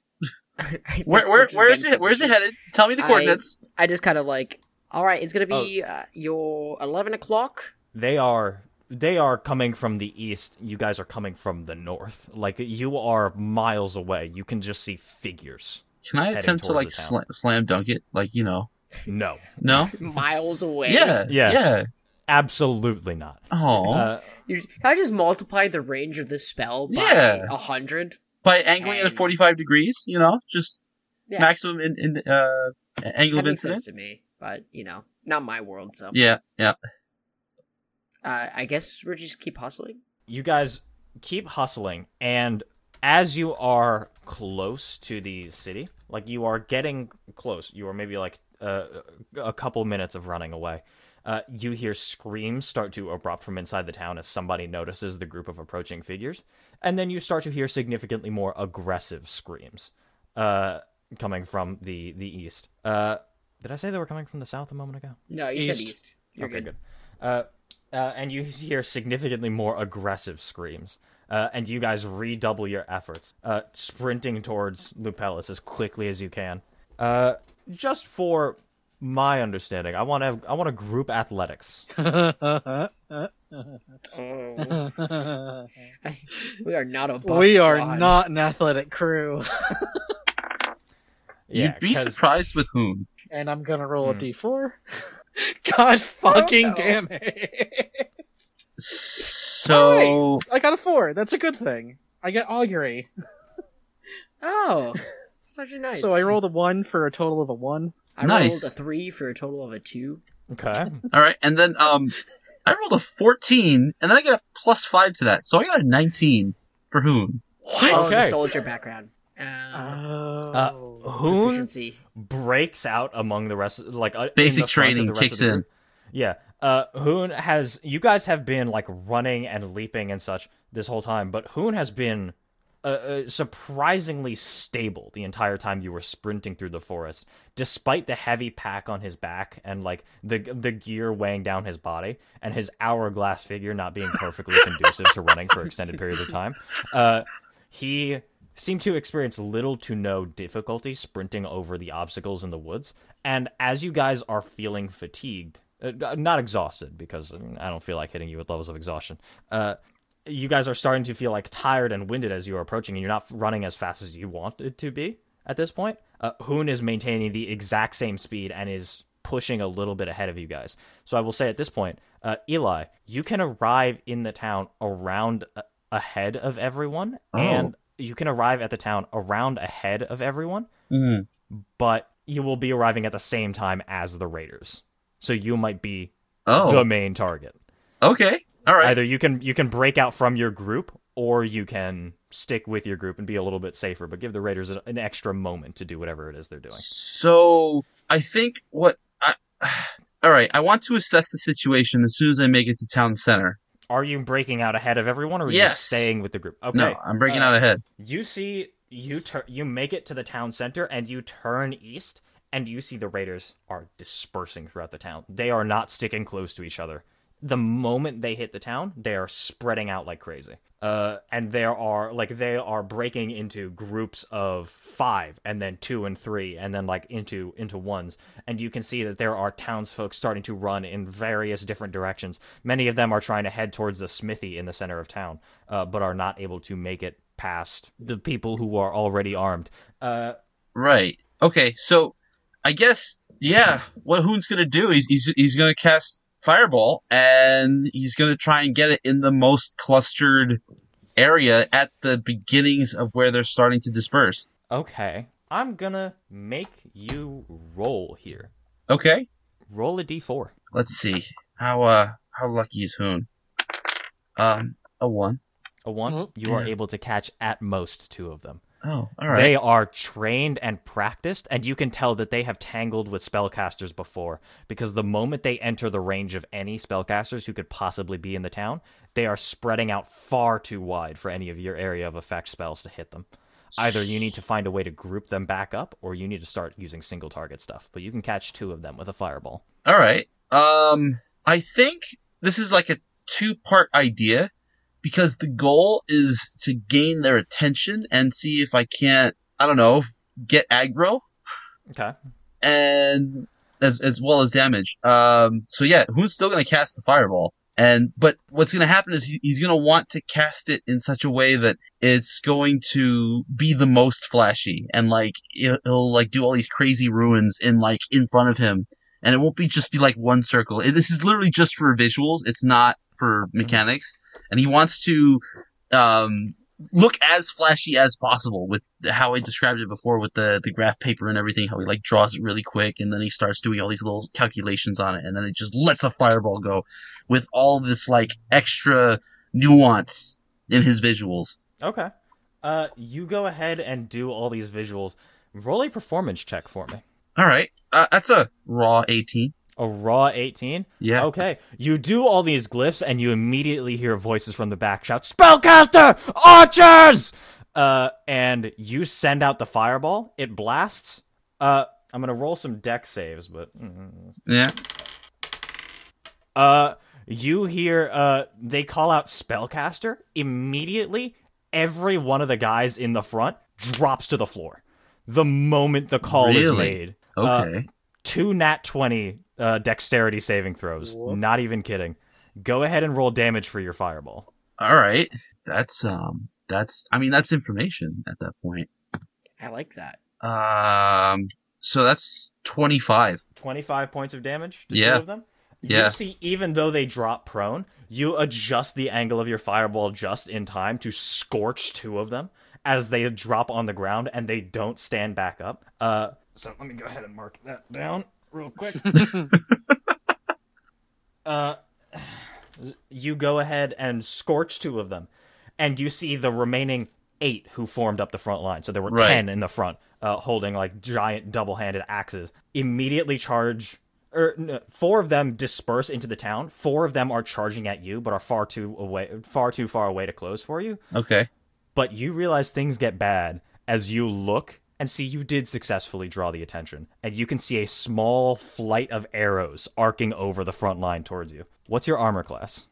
C: I
B: Where?
C: picked
B: Where?
C: Rich's
B: Where's
C: gun
B: it? Where's it
C: position.
B: headed? Tell me the
C: I-
B: coordinates.
C: I just kind of like, all right, it's going to
A: Oh.
C: be uh, your
A: <laughs>
C: 11 o'clock.
A: They are. They are coming from the east. You guys are coming from the north. Like you are miles away. You can just see figures.
B: Can I
A: heading
B: attempt to
A: towards
B: like
A: the town.
B: sl- slam dunk it? Like you know.
A: No,
B: No.
C: Miles away.
B: Yeah.
A: Yeah.
B: Yeah. Yeah.
A: absolutely not.
B: Oh.
A: Uh,
C: You, can I just multiply the range of this spell by
B: Yeah.
C: a 100?
B: By angling at
C: and-
B: 45 degrees, you know, just
C: Yeah.
B: maximum in, in uh angle
C: That
B: of
C: makes
B: incident.
C: sense to me, but, you know, not my world, so.
B: Yeah. Yeah.
C: Uh, I guess we're just keep hustling.
A: you guys keep hustling and as you are close to the city like you are getting close you are maybe like uh, a couple minutes of running away uh, you hear screams start to erupt from inside the town as somebody notices the group of approaching figures and then you start to hear significantly more aggressive screams uh, coming from the the east uh, did i say they were coming from the south a moment ago
C: No, you
D: East.
C: said east. You're
A: okay,
C: good.
A: good. Uh, uh, and you hear significantly more aggressive screams. Uh, and you guys redouble your efforts, uh, sprinting towards Lupelis as quickly as you can. Uh, just for my understanding, I want to I want to group athletics.
B: <laughs>
C: Oh,
D: we
C: we are not a bus
D: are
C: squad.
D: not an athletic crew.
A: Yeah,
B: You'd be
A: 'cause
B: surprised with whom.
D: and I'm gonna roll a
A: Hmm.
D: d4. <laughs> God fucking
C: no.
D: damn it. <laughs>
B: So
D: I got a 4. That's a good thing. I get augury. <laughs>
C: Oh, that's actually nice.
D: So I rolled a 1 for a total of a 1.
C: I
B: Nice.
C: rolled a three for a total of a two.
A: Okay.
B: all right, and then um, I rolled a 14, and then I get a plus five to that, so I got a 19 for whom?
D: What?
C: Oh, it's
A: Okay.
C: a soldier background. Uh,
D: Oh.
A: Hoon
C: proficiency.
A: breaks out among the rest, like uh, in
B: Basic
A: the front of
B: training
A: the rest of
B: kicks
A: the
B: in.
A: group. Yeah. Uh, Hoon has you guys have been like running and leaping and such this whole time, but Hoon has been uh, uh, surprisingly stable the entire time you were sprinting through the forest, despite the heavy pack on his back and like the the gear weighing down his body and his hourglass figure not being perfectly conducive to running for extended periods of time. Uh, he seemed to experience little to no difficulty sprinting over the obstacles in the woods. And as you guys are feeling fatigued, uh, not exhausted, because I mean, I don't feel like hitting you with levels of exhaustion, uh, you guys are starting to feel like tired and winded as you are approaching, and you're not running as fast as you want it to be at this point. Uh, Hoon is maintaining the exact same speed and is pushing a little bit ahead of you guys. So I will say at this point, uh, Eli, you can arrive in the town around uh, ahead of everyone,
B: Oh.
A: and you can arrive at the town around ahead of everyone,
B: Mm.
A: but you will be arriving at the same time as the raiders. So you might be the
B: Oh,
A: main target
B: okay, all right.
A: either you can you can break out from your group or you can stick with your group and be a little bit safer but give the raiders an- an extra moment to do whatever it is they're doing
B: So I <sighs> think what I All right, I want to assess the situation as soon as I make it to town center.
A: Are you breaking out ahead of everyone, or are you
B: Yes.
A: staying with the group? Okay.
B: No, I'm breaking
A: Uh,
B: out ahead.
A: You see, you tur- you make it to the town center, and you turn east, and you see the raiders are dispersing throughout the town. They are not sticking close to each other. The moment they hit the town, they are spreading out like crazy. Uh, and there are like they are breaking into groups of five, and then two and three, and then like into into ones. And you can see that there are townsfolk starting to run in various different directions. Many of them are trying to head towards the smithy in the center of town, uh, but are not able to make it past the people who are already armed. Uh,
B: Right. Okay. So, I guess yeah. What Hoon's gonna do? He's he's he's gonna cast fireball and he's gonna try and get it in the most clustered area at the beginnings of where they're starting to disperse.
A: okay, I'm gonna make you roll here.
B: Okay.
A: Roll a d4.
B: Let's see how uh how lucky is Hoon. Um, a one.
A: A one,
D: Oh,
A: you are
B: yeah.
A: able to catch at most two of them.
B: Oh, Mm-hmm. all right.
A: They are trained and practiced, and you can tell that they have tangled with spellcasters before because the moment they enter the range of any spellcasters who could possibly be in the town, they are spreading out far too wide for any of your area of effect spells to hit them. Either you need to find a way to group them back up, or you need to start using single target stuff. But you can catch two of them with a fireball.
B: All right. Um, I think this is like a two part idea because the goal is to gain their attention and see if I can't, I don't know, get aggro
A: Okay.
B: and as, as well as damage. Um, so yeah, who's still going to cast the fireball? And, but what's going to happen is he, he's going to want to cast it in such a way that it's going to be the most flashy and like, he'll, he'll like do all these crazy ruins in like in front of him. And it won't be just be like one circle. It- This is literally just for visuals. It's not for mechanics. And he wants to, um, look as flashy as possible with how I described it before with the the graph paper and everything how he like draws it really quick and then he starts doing all these little calculations on it and then it just lets a fireball go with all this like extra nuance in his visuals
A: Okay. Uh, you go ahead and do all these visuals. Roll a performance check for me.
B: all right uh, that's a raw 18
A: A raw 18.
B: yeah
A: Okay. You do all these glyphs, and you immediately hear voices from the back shout, Spellcaster! Archers! Uh, and you send out the fireball. It blasts. Uh, I'm going to roll some deck saves, but. mm,
B: yeah
A: Uh, you hear uh they call out spellcaster immediately every one of the guys in the front drops to the floor the moment the call is
B: Really?
A: made Uh,
B: okay
A: two nat 20 uh dexterity saving throws
D: Whoop.
A: not even kidding go ahead and roll damage for your fireball
B: all right that's um that's i mean that's information at that point
C: I like that.
B: um so that's 25
A: 25 points of damage to
B: Yeah.
A: two of them
B: Yeah.
A: you see even though they drop prone you adjust the angle of your fireball just in time to scorch two of them as they drop on the ground and they don't stand back up uh so let me go ahead and mark that down real quick uh you go ahead and scorch two of them and you see the remaining eight who formed up the front line so there were
B: Right.
A: 10 in the front uh, holding like giant double-handed axes immediately charge or no, four of them disperse into the town four of them are charging at you but are far too away far too far away to close for you
B: okay
A: but you realize things get bad as you look and see you did successfully draw the attention and you can see a small flight of arrows arcing over the front line towards you what's your armor class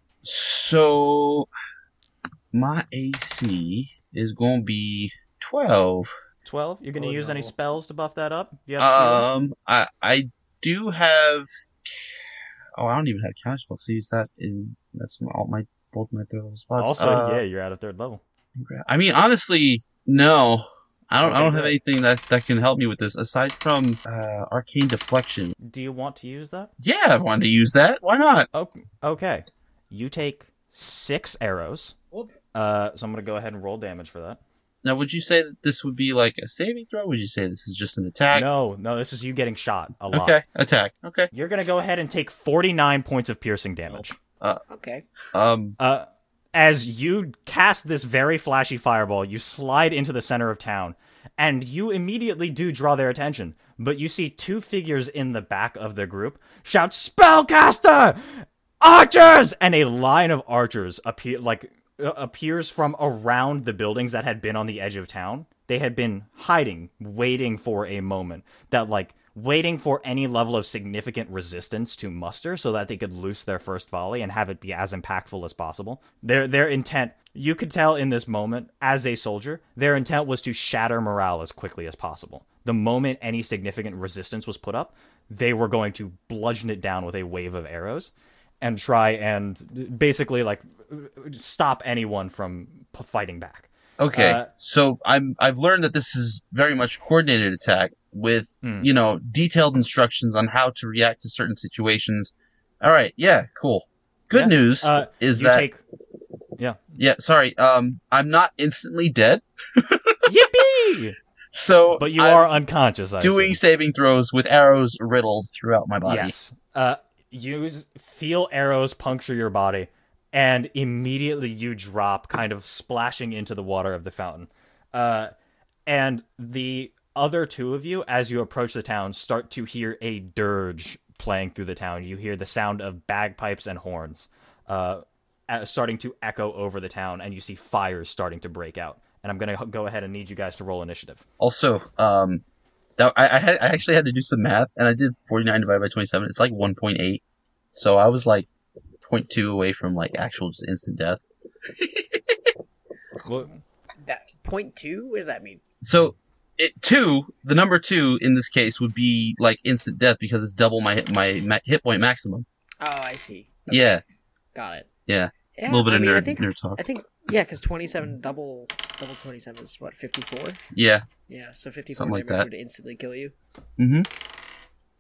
B: So my AC is going to be 12.
A: 12 you're gonna
D: Oh,
A: use any
D: no.
A: spells to buff that up yeah
B: Um I I do have Oh, I don't even have counter spells. I use that in that's my- all my both my third level spots.
A: also
B: Uh,
A: yeah you're at a third level
B: I mean honestly, no. I don't I
A: Okay,
B: don't have
A: good.
B: anything that that can help me with this aside from uh arcane deflection.
A: do you want to use that Oh,
B: Yeah, I wanted to use that. Why not?
A: okay you take six arrows
D: Whoop.
A: uh, so i'm gonna go ahead and roll damage for that
B: Now, would you say that this would be like a saving throw? Would you say this is just an attack?
A: no no this is you getting shot a lot
B: Okay, attack. Okay.
A: you're gonna go ahead and take 49 points of piercing damage
C: Okay.
B: Um
A: Uh, as you cast this very flashy fireball, you slide into the center of town, and you immediately do draw their attention. But you see two figures in the back of the group shout, "Spellcaster! Archers!" and a line of archers appear like uh, appears from around the buildings that had been on the edge of town. They had been hiding, waiting for a moment that like waiting for any level of significant resistance to muster so that they could loose their first volley and have it be as impactful as possible. Their their intent, you could tell in this moment as a soldier, their intent was to shatter morale as quickly as possible. The moment any significant resistance was put up, they were going to bludgeon it down with a wave of arrows and try and basically like stop anyone from p- fighting back.
B: Okay,
A: Uh,
B: so I'm I've learned that this is very much coordinated attack with
A: Hmm.
B: you know detailed instructions on how to react to certain situations. All right, yeah, cool. Good
A: Yeah,
B: news
A: uh,
B: is
A: you
B: that
A: take
B: yeah. Sorry, um, I'm not instantly dead, <laughs>
A: yippee,
B: so
A: but you
B: I'm
A: are unconscious. I
B: doing
A: assume.
B: saving throws with arrows riddled throughout my body.
A: Yes. Uh, you s- feel arrows puncture your body, and immediately you drop, kind of splashing into the water of the fountain. Uh, and the other two of you, as you approach the town, start to hear a dirge playing through the town. You hear the sound of bagpipes and horns uh, uh, starting to echo over the town, and you see fires starting to break out. And I'm going to go ahead and need you guys to roll initiative.
B: Also, um, that I, I, had, I actually had to do some math, and I did 49 divided by 27. It's like 1.8, so I was like 0.2 away from like actual just instant death.
A: Well,
C: That point two? What does that mean?
B: So it two, the number two in this case would be like instant death because it's double my hit, my ma- hit point maximum.
C: Oh, I see.
B: Yeah,
C: Got it.
B: Yeah.
C: Yeah,
B: a little bit
C: I
B: of
C: mean,
B: nerd
C: I think,
B: nerd talk.
C: I think yeah, because twenty-seven double double twenty-seven is what fifty-four.
B: Yeah,
C: Yeah, so 54
B: Something like
C: damage
B: that.
C: would instantly kill you.
B: Mhm.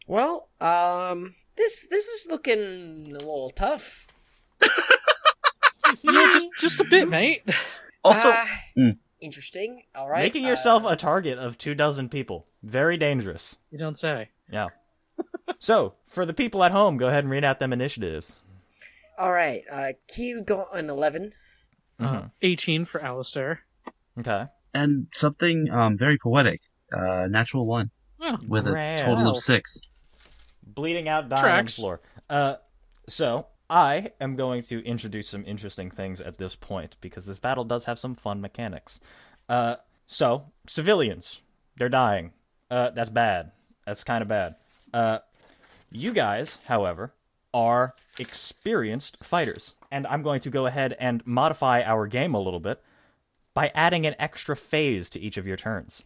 C: Well, um, this this is looking a little tough.
D: <laughs> Yeah, just, just a bit, mate.
B: Also-
C: Ah,
B: Mm.
C: interesting. All right,
A: Making yourself
C: uh,
A: a target of two dozen people. Very dangerous.
D: You don't say.
A: So, for the people at home, go ahead and read out them initiatives.
C: all right. Uh, Q got an eleven.
D: Uh, 18 for Alistair.
A: Mm-hmm. Okay.
B: and something um very poetic, uh natural one
D: Oh,
B: with
A: Wow.
B: a total of six.
A: Bleeding out, dying on the
D: Tracks.
A: floor. Uh, so, I am going to introduce some interesting things at this point because this battle does have some fun mechanics. Uh, so, civilians, they're dying. Uh, that's bad. That's kind of bad. Uh, you guys, however, are experienced fighters. And I'm going to go ahead and modify our game a little bit by adding an extra phase to each of your turns.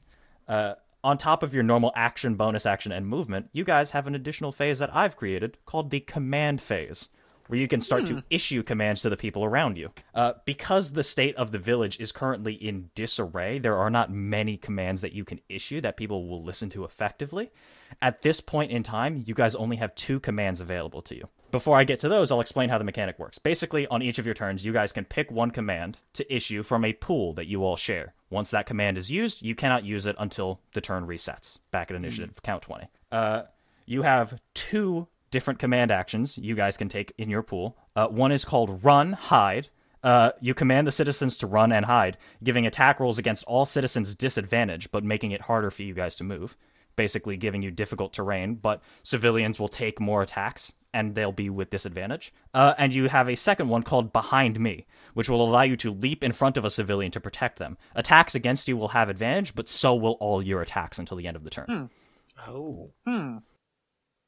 A: Uh, on top of your normal action, bonus action, and movement, you guys have an additional phase that I've created called the command phase, where you can start to issue commands to the people around you. Uh, because the state of the village is currently in disarray, there are not many commands that you can issue that people will listen to effectively. At this point in time, you guys only have two commands available to you. Before I get to those, I'll explain how the mechanic works. Basically, on each of your turns, you guys can pick one command to issue from a pool that you all share. Once that command is used, you cannot use it until the turn resets. Back at initiative, count 20. Uh, you have two different command actions you guys can take in your pool. Uh, one is called run, hide. Uh, you command the citizens to run and hide, giving attack rolls against all citizens disadvantage, but making it harder for you guys to move basically giving you difficult terrain, but civilians will take more attacks and they'll be with disadvantage. Uh, and you have a second one called Behind Me, which will allow you to leap in front of a civilian to protect them. Attacks against you will have advantage, but so will all your attacks until the end of the turn.
C: Oh,
D: Hmm.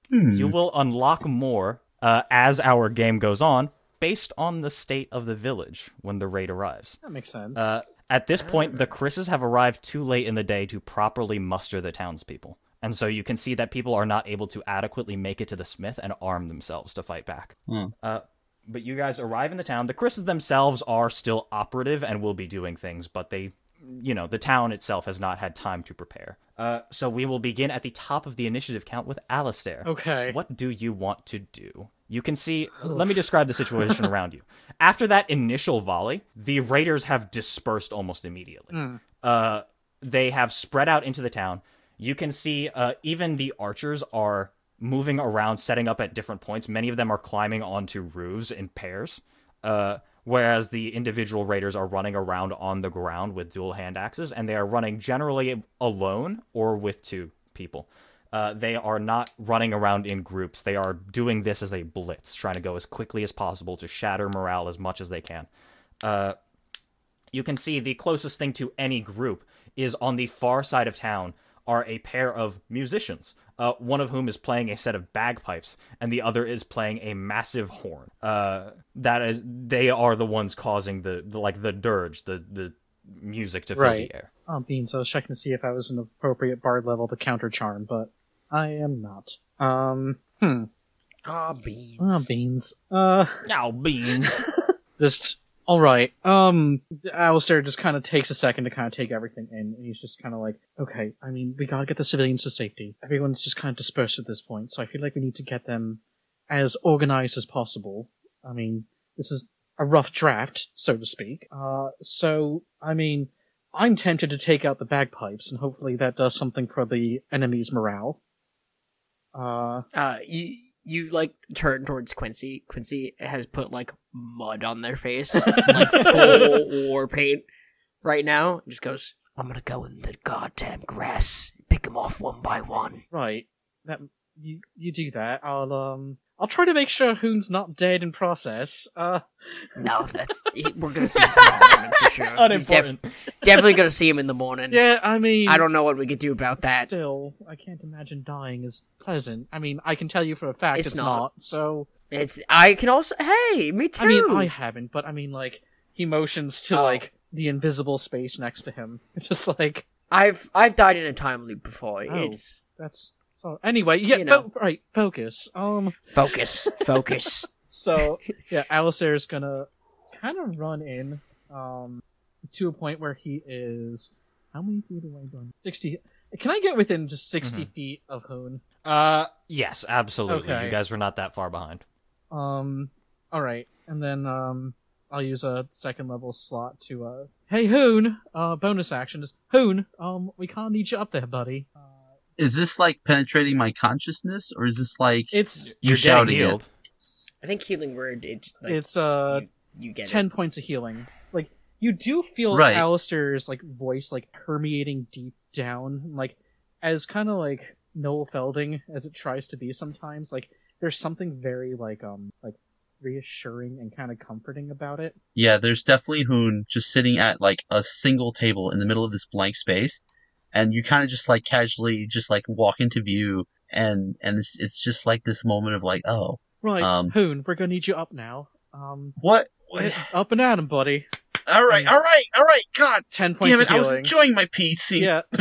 B: Hmm.
A: You will unlock more uh, as our game goes on based on the state of the village when the raid arrives.
D: That makes sense.
A: Uh, at this point, the Chris's have arrived too late in the day to properly muster the townspeople. And so you can see that people are not able to adequately make it to the smith and arm themselves to fight back.
B: Hmm.
A: Uh, but you guys arrive in the town. The Chris's themselves are still operative and will be doing things, but they, you know, the town itself has not had time to prepare. Uh, so we will begin at the top of the initiative count with Alistair.
D: okay.
A: What do you want to do? You can see, let me describe the
D: <laughs>
A: situation around you. After that initial volley, the raiders have dispersed almost immediately.
D: Hmm.
A: Uh, they have spread out into the town. You can see uh, even the archers are moving around, setting up at different points. Many of them are climbing onto roofs in pairs. Uh, whereas the individual raiders are running around on the ground with dual hand axes, and they are running generally alone or with two people. Uh, they are not running around in groups. They are doing this as a blitz, trying to go as quickly as possible to shatter morale as much as they can. Uh, you can see the closest thing to any group is on the far side of town are a pair of musicians, uh, one of whom is playing a set of bagpipes and the other is playing a massive horn. Uh, that is, they are the ones causing the, the like the dirge, the the music to fill
D: Right.
A: the air.
D: Oh, Beans, I was checking to see if I was an appropriate bard level to counter charm, but I am not. Um, hmm.
C: Ah, beans.
D: Ah, Beans. Uh,
A: Now
B: <laughs>
A: beans. <laughs>
D: just all right. Um, Alistair just kind of takes a second to kind of take everything in, and he's just kind of like, okay. I mean, we gotta get the civilians to safety. Everyone's just kind of dispersed at this point, so I feel like we need to get them as organized as possible. I mean, this is a rough draft, so to speak. Uh, so I mean, I'm tempted to take out the bagpipes, and hopefully that does something for the enemy's morale. Uh,
C: Uh, you you like turn towards Quincy. Quincy has put like mud on
B: <laughs>
C: their face, like full war paint right now. and Just goes. I'm gonna go in the goddamn grass, pick them off one by one.
D: Right. That you you do that. I'll um I'll try to make sure Hoon's not dead in process. Uh
C: No, that's he- we're gonna see him tomorrow morning for sure. He's def-
A: Unimportant.
C: definitely gonna see him in the morning.
D: yeah, I mean
C: I don't know what we could do about that.
D: still I can't imagine dying is pleasant. I mean, I can tell you for a fact
C: It's
D: it's,
C: not.
D: not. So
C: It's I can also hey me too.
D: I mean, I haven't, but I mean like he motions to
C: Oh.
D: like the invisible space next to him. <laughs> It's just like
C: I've I've died in a time loop before.
D: Oh.
C: It's
D: that's so anyway, yeah,
C: You know.
D: fo- right, focus. Um
C: focus, focus.
D: So yeah, Alistair's gonna kind of run in um, to a point where he is. How many feet away? From? Sixty. Can I get within just 60 feet of Hoon?
A: Uh, yes, absolutely.
D: Okay.
A: You guys were not that far behind.
D: Um. All right, and then um, I'll use a second level slot to uh. Hey Hoon, uh, bonus action is Hoon. Um, we can't need you up there, buddy. Uh,
B: Is this like penetrating my consciousness, or is this like
D: it's
B: you
A: getting
B: shouting it?
A: healed.
C: <laughs> I think healing word. It's like,
D: it's uh
C: you get
D: ten
C: it.
D: points of healing. Like you do feel
B: Right.
D: Alistair's like voice like permeating deep down, like as kind of like Noel Felding as it tries to be sometimes. Like there's something very like um like reassuring and kind of comforting about it.
B: Yeah, there's definitely Hoon just sitting at like a single table in the middle of this blank space, and you kind of just like casually just like walk into view, and and it's it's just like this moment of like, oh,
D: Right,
B: Um,
D: Hoon, we're gonna need you up now. Um,
B: what? what?
D: up and at 'em, buddy.
B: All right, all right, all right. God
D: Ten points
B: damn it!
D: of
B: I was
D: healing.
B: enjoying my PC.
D: yeah,
B: <gasps>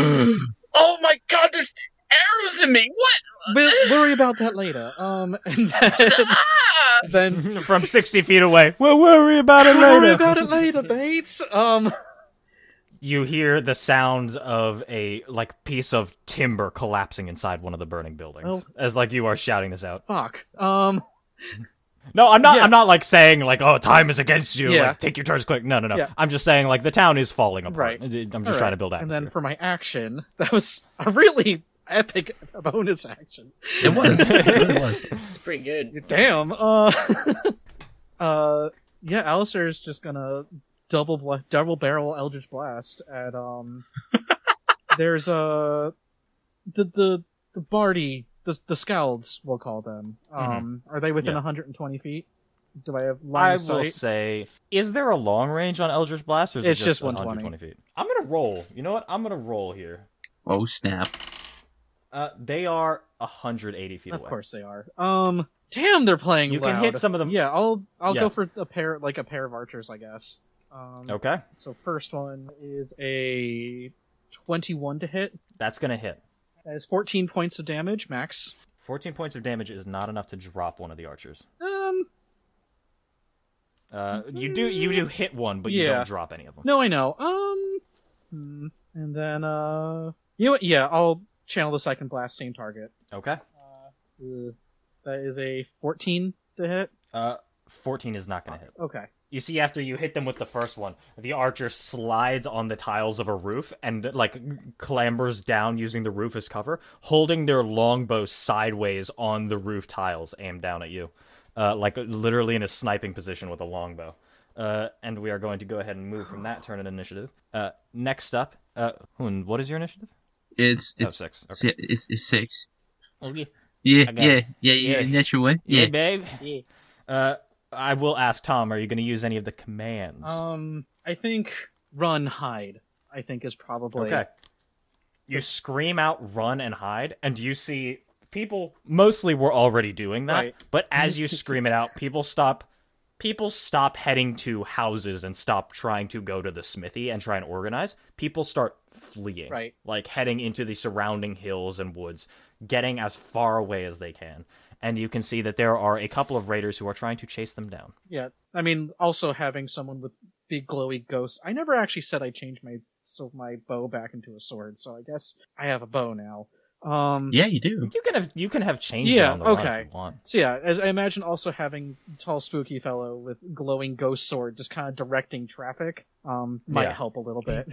B: oh my God! There's arrows in me. What?
D: we'll worry about that later. Um, <laughs> and then,
B: Ah! <laughs>
D: then
A: <laughs> From sixty feet away. We'll worry about it later.
D: worry about it later, Bates. Um,
A: you hear the sounds of a like piece of timber collapsing inside one of the burning buildings
D: Oh.
A: as like you are shouting this out
D: fuck. Um,
A: no i'm not
D: Yeah.
A: i'm not like saying like oh time is against you
D: Yeah.
A: like take your turns quick no no no
D: Yeah.
A: i'm just saying like the town is falling apart
D: Right.
A: i'm just
D: All
A: trying
D: right,
A: to build
D: And
A: atmosphere
D: then for my action, <laughs> that was a really epic bonus action.
B: It was. It really was.
C: It's pretty
D: <laughs>
C: good.
D: Damn. Uh, uh, yeah, Alistair is just gonna double bla- double barrel Eldritch Blast
A: <laughs>
D: at um. there's uh, the the the Bardi the the Scalds we'll call them. Um, are they within
A: Mm-hmm. Yeah.
D: 120 feet? Do I have line
A: I
D: of
A: will
D: sight?
A: say, is there a long range on Eldritch Blast, or is
D: It's
A: it
D: just
A: just
D: 120.
A: 120 feet? I'm gonna roll. You know what? I'm gonna roll here.
B: Oh snap!
A: Uh, they are 180 feet
D: Of
A: away.
D: course they are. Um, damn, they're playing.
A: You can hit
D: loud.
A: some of them-
D: Um, Yeah, I'll I'll
A: Yeah.
D: go for a pair like a pair of archers, I guess. Um,
A: Okay,
D: So first one is a twenty-one to hit.
A: that's gonna hit.
D: That is fourteen points of damage max.
A: 14 points of damage is not enough to drop one of the archers.
D: Um,
A: Uh, you do you do hit one, but you
D: Yeah.
A: don't drop any of them.
D: no, I know. Um, hmm. and then uh, you know what? Yeah, I'll channel the second blast same target.
A: Okay.
D: Uh, ugh. that is a fourteen to hit.
A: Uh, 14 is not going to hit.
D: Okay.
A: You see, after you hit them with the first one, the archer slides on the tiles of a roof and, like, clambers down using the roof as cover, holding their longbow sideways on the roof tiles aimed down at you. uh, like literally in a sniping position with a longbow. Uh, and we are going to go ahead and move from that turn in initiative. Uh, next up, uh, Hoon, what is your initiative?
B: It's
A: Oh,
B: it's
A: six.
B: si- it's, it's six.
A: Okay.
B: Yeah,
A: I got
B: yeah, yeah, yeah,
A: Yeah.
B: Natural one.
A: Yeah,
B: Yeah.
A: babe.
C: <laughs> Yeah.
A: Uh, I will ask Tom. Are you going to use any of the commands?
D: Um, I think run hide. I think is probably
A: Okay. You scream out, run, and hide, and you see people mostly were already doing that,
D: Right.
A: but
D: <laughs>
A: as you scream it out, people stop people stop heading to houses and stop trying to go to the smithy and try and organize. People start fleeing.
D: Right.
A: Like heading into the surrounding hills and woods, getting as far away as they can. And you can see that there are a couple of raiders who are trying to chase them down.
D: Yeah, I mean, also having someone with big glowy ghosts. I never actually said I changed my so my bow back into a sword, so I guess I have a bow now. Um,
B: Yeah, you
A: <laughs>
B: do.
A: You can have you can have changed
D: Yeah,
A: on the run
D: okay.
A: if you want.
D: So yeah, I, I imagine also having tall spooky fellow with glowing ghost sword just kind of directing traffic um might
A: Yeah.
D: help a little bit.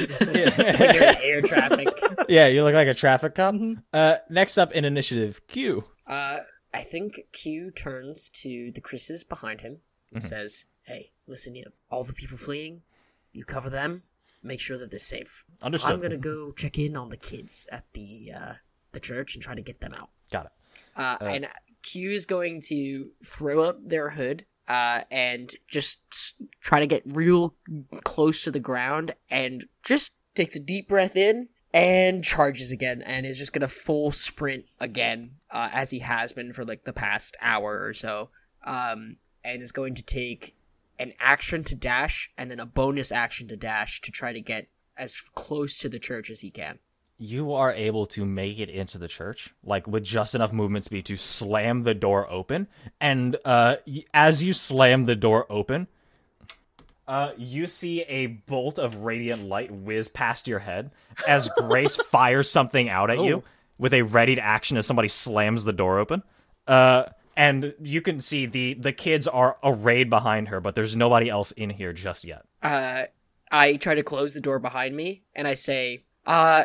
C: Like you're in air traffic.
A: Yeah, you look like a traffic cop.
D: Mhm.
A: Uh, next up in initiative, Q.
C: Uh, I think Q turns to the Chris's behind him and says, "Hey, listen up. All the people fleeing, you cover them. Make sure that they're safe.
A: Understood.
C: I'm gonna go check in on the kids at the uh, the church and try to get them out."
A: Got it.
C: Uh, and Q is going to throw up their hood uh, and just s- try to get real close to the ground and just takes a deep breath in and charges again and is just going to full sprint again uh, as he has been for like the past hour or so um, and is going to take an action to dash and then a bonus action to dash to try to get as close to the church as he can.
A: You are able to make it into the church, like with just enough movement speed to slam the door open. And uh, y- as you slam the door open, uh, you see a bolt of radiant light whiz past your head as
C: <laughs>
A: Grace fires something out at
C: Oh.
A: you with a readied action as somebody slams the door open. Uh, and you can see the the kids are arrayed behind her, but there's nobody else in here just yet.
C: uh, I try to close the door behind me, and I say, "Uh,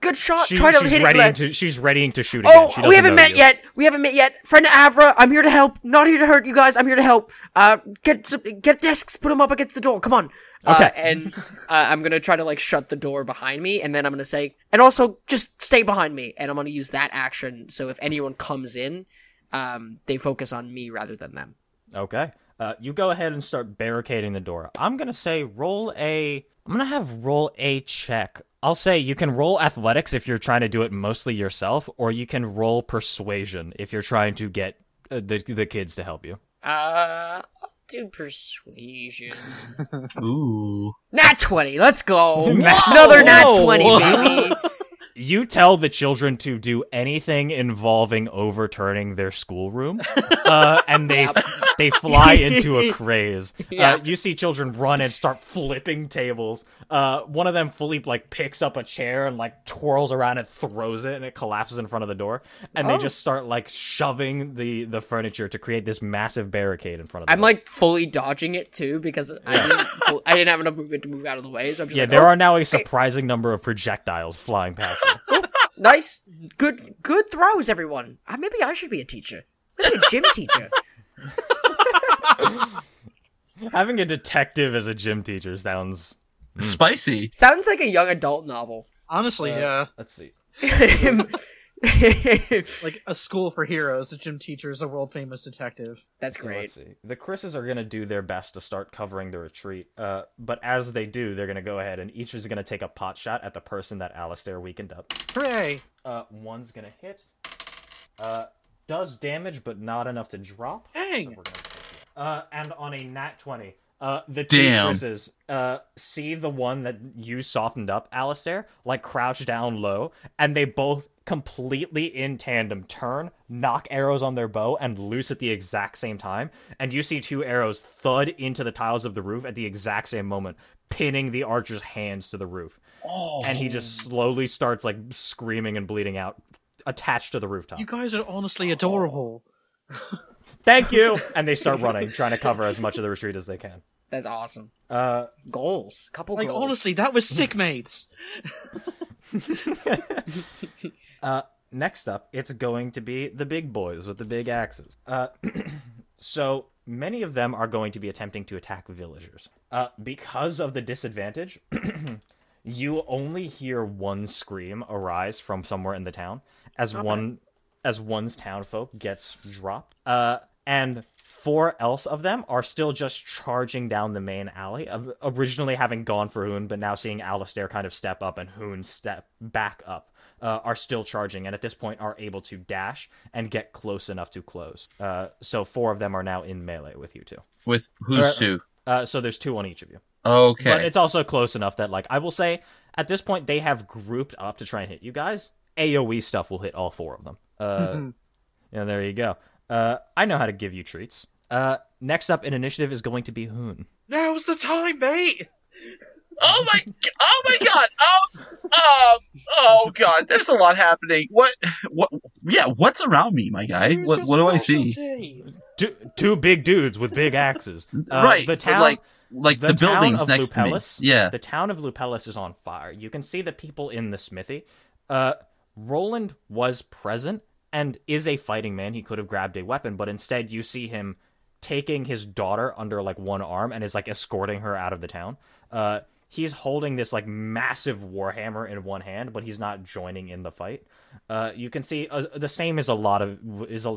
C: good shot.
A: She-
C: try to
A: she's
C: hit it."
A: readying
C: left."
A: to she's readying to shoot again.
C: oh,
A: She
C: we
A: doesn't
C: haven't
A: know
C: met
A: you.
C: yet. We haven't met yet. Friend Avra, I'm here to help. Not here to hurt you guys. I'm here to help. Uh, get some, get desks, put them up against the door. Come on. Uh,
A: Okay.
C: and uh, I'm gonna try to like shut the door behind me, and then I'm gonna say, and also just stay behind me, and I'm gonna use that action. So if anyone comes in, um, they focus on me rather than them.
A: Okay. Uh, you go ahead and start barricading the door. I'm gonna say roll a. I'm gonna have roll a check. I'll say you can roll athletics if you're trying to do it mostly yourself, or you can roll persuasion if you're trying to get uh, the the kids to help you.
C: Uh, I'll do persuasion.
B: Ooh.
C: Nat 20,
A: <laughs>
C: let's go. Another Nat
A: Whoa.
C: 20,
A: <laughs>
C: baby.
A: You tell the children to do anything involving overturning their
C: <laughs>
A: schoolroom, uh, and they
C: Yep.
A: they fly into
C: <laughs>
A: a craze.
C: Yeah.
A: Uh, you see children run and start flipping tables. Uh, one of them fully like picks up a chair and like twirls around and throws it, and it collapses in front of the door. And
C: Oh.
A: they just start like shoving the the furniture to create this massive barricade in front of them.
C: I'm like fully dodging it too because I didn't, fu- I didn't have enough movement to move out of the way. So I'm just
A: yeah,
C: like,
A: there
C: oh,
A: are now a surprising number of projectiles flying past. you.
C: nice, good, good throws, everyone. Uh, maybe I should be a teacher. Maybe a
A: <laughs>
C: gym teacher.
A: Having a detective as a gym teacher sounds.
B: Spicy.
C: Sounds like a young adult novel. <laughs>
D: Honestly,
A: Uh,
D: yeah,
A: Let's see.
D: like a school for heroes. The gym teacher is a world famous detective.
C: That's
A: So
C: great.
A: Let's see. The Chris's are going to do their best to start covering the retreat, uh, but as they do, they're going to go ahead and each is going to take a pot shot at the person that Alistair weakened up.
D: Hooray!
A: Uh, one's going to hit. Uh, does damage, but not enough to drop.
D: Dang.
A: we're gonna take it. Uh, and on a nat 20, uh, the two
B: Damn.
A: Chris's uh, see the one that you softened up, Alistair, like crouch down low, and they both completely in tandem turn, knock arrows on their bow, and loose at the exact same time. And you see two arrows thud into the tiles of the roof at the exact same moment, pinning the archer's hands to the roof.
B: Oh.
A: And he just slowly starts like screaming and bleeding out, attached to the rooftop.
D: You guys are
B: Oh.
D: honestly adorable.
A: Thank you! and they start running, trying to cover as much of the retreat as they can.
C: That's awesome.
A: Uh,
C: Goals,
B: Oh,
C: couple
D: Like
C: goals.
B: <laughs>
D: honestly, that was sick, mates.
A: <laughs> uh, next up, it's going to be the big boys with the big axes. Uh, <clears throat> so many of them are going to be attempting to attack villagers. Uh, because of the disadvantage, <clears throat> you only hear one scream arise from somewhere in the town as one as one's townfolk gets dropped. Uh, and four else of them are still just charging down the main alley, of- originally having gone for Hoon, but now seeing Alistair kind of step up and Hoon step back up. Uh, are still charging and at this point are able to dash and get close enough to close. Uh, so four of them are now in melee with you two.
B: With
A: Uh,
B: who's who?
A: Uh, so there's two on each of you. But
B: Okay.
A: it's also close enough that, like, I will say at this point they have grouped up to try and hit you guys. AOE stuff will hit all four of them. Uh, yeah, there you go. Uh, I know how to give you treats. Uh, next up in initiative is going to be Hoon.
D: Now's the time, mate.
B: Oh my! g- Oh my God! Oh, um, oh God! There's a lot happening. What? What? Yeah. What's around me, my guy?
D: Here's
B: What?
D: your
B: What do I see?
D: specialty.
A: Two, two big dudes with big
B: <laughs>
A: axes. Uh,
B: right.
A: The
B: but
A: town,
B: like, like
A: the
B: the,
A: town
B: buildings
A: of
B: next
A: Lupelis?
B: to me. Yeah.
A: The town of Lupelis is on fire. You can see the people in the smithy. Uh, Roland was present and is a fighting man. He could have grabbed a weapon, but instead you see him taking his daughter under like one arm and is like escorting her out of the town. Uh, he's holding this like massive warhammer in one hand, but he's not joining in the fight. Uh, you can see uh, the same is a lot of is a,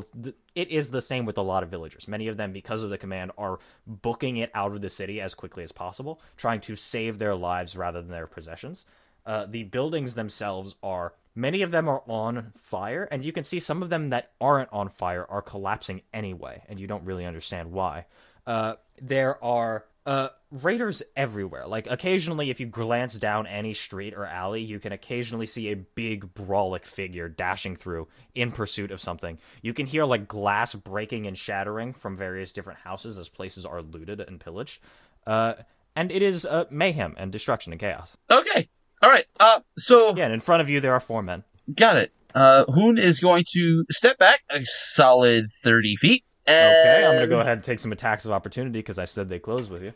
A: it is the same with a lot of villagers. Many of them, because of the command, are booking it out of the city as quickly as possible, trying to save their lives rather than their possessions. Uh, the buildings themselves are many of them are on fire, and you can see some of them that aren't on fire are collapsing anyway, and you don't really understand why. Uh, there are uh, raiders everywhere. Like occasionally, if you glance down any street or alley, you can occasionally see a big brawlic figure dashing through in pursuit of something. You can hear like glass breaking and shattering from various different houses as places are looted and pillaged. Uh, and it is uh, mayhem and destruction and chaos.
B: Okay. All right. Uh. So
A: Yeah, and in front of you there are four men.
B: got it. Uh. Hoon is going to step back a solid thirty feet. And...
A: Okay, I'm gonna go ahead and take some attacks of opportunity because I said they close with you.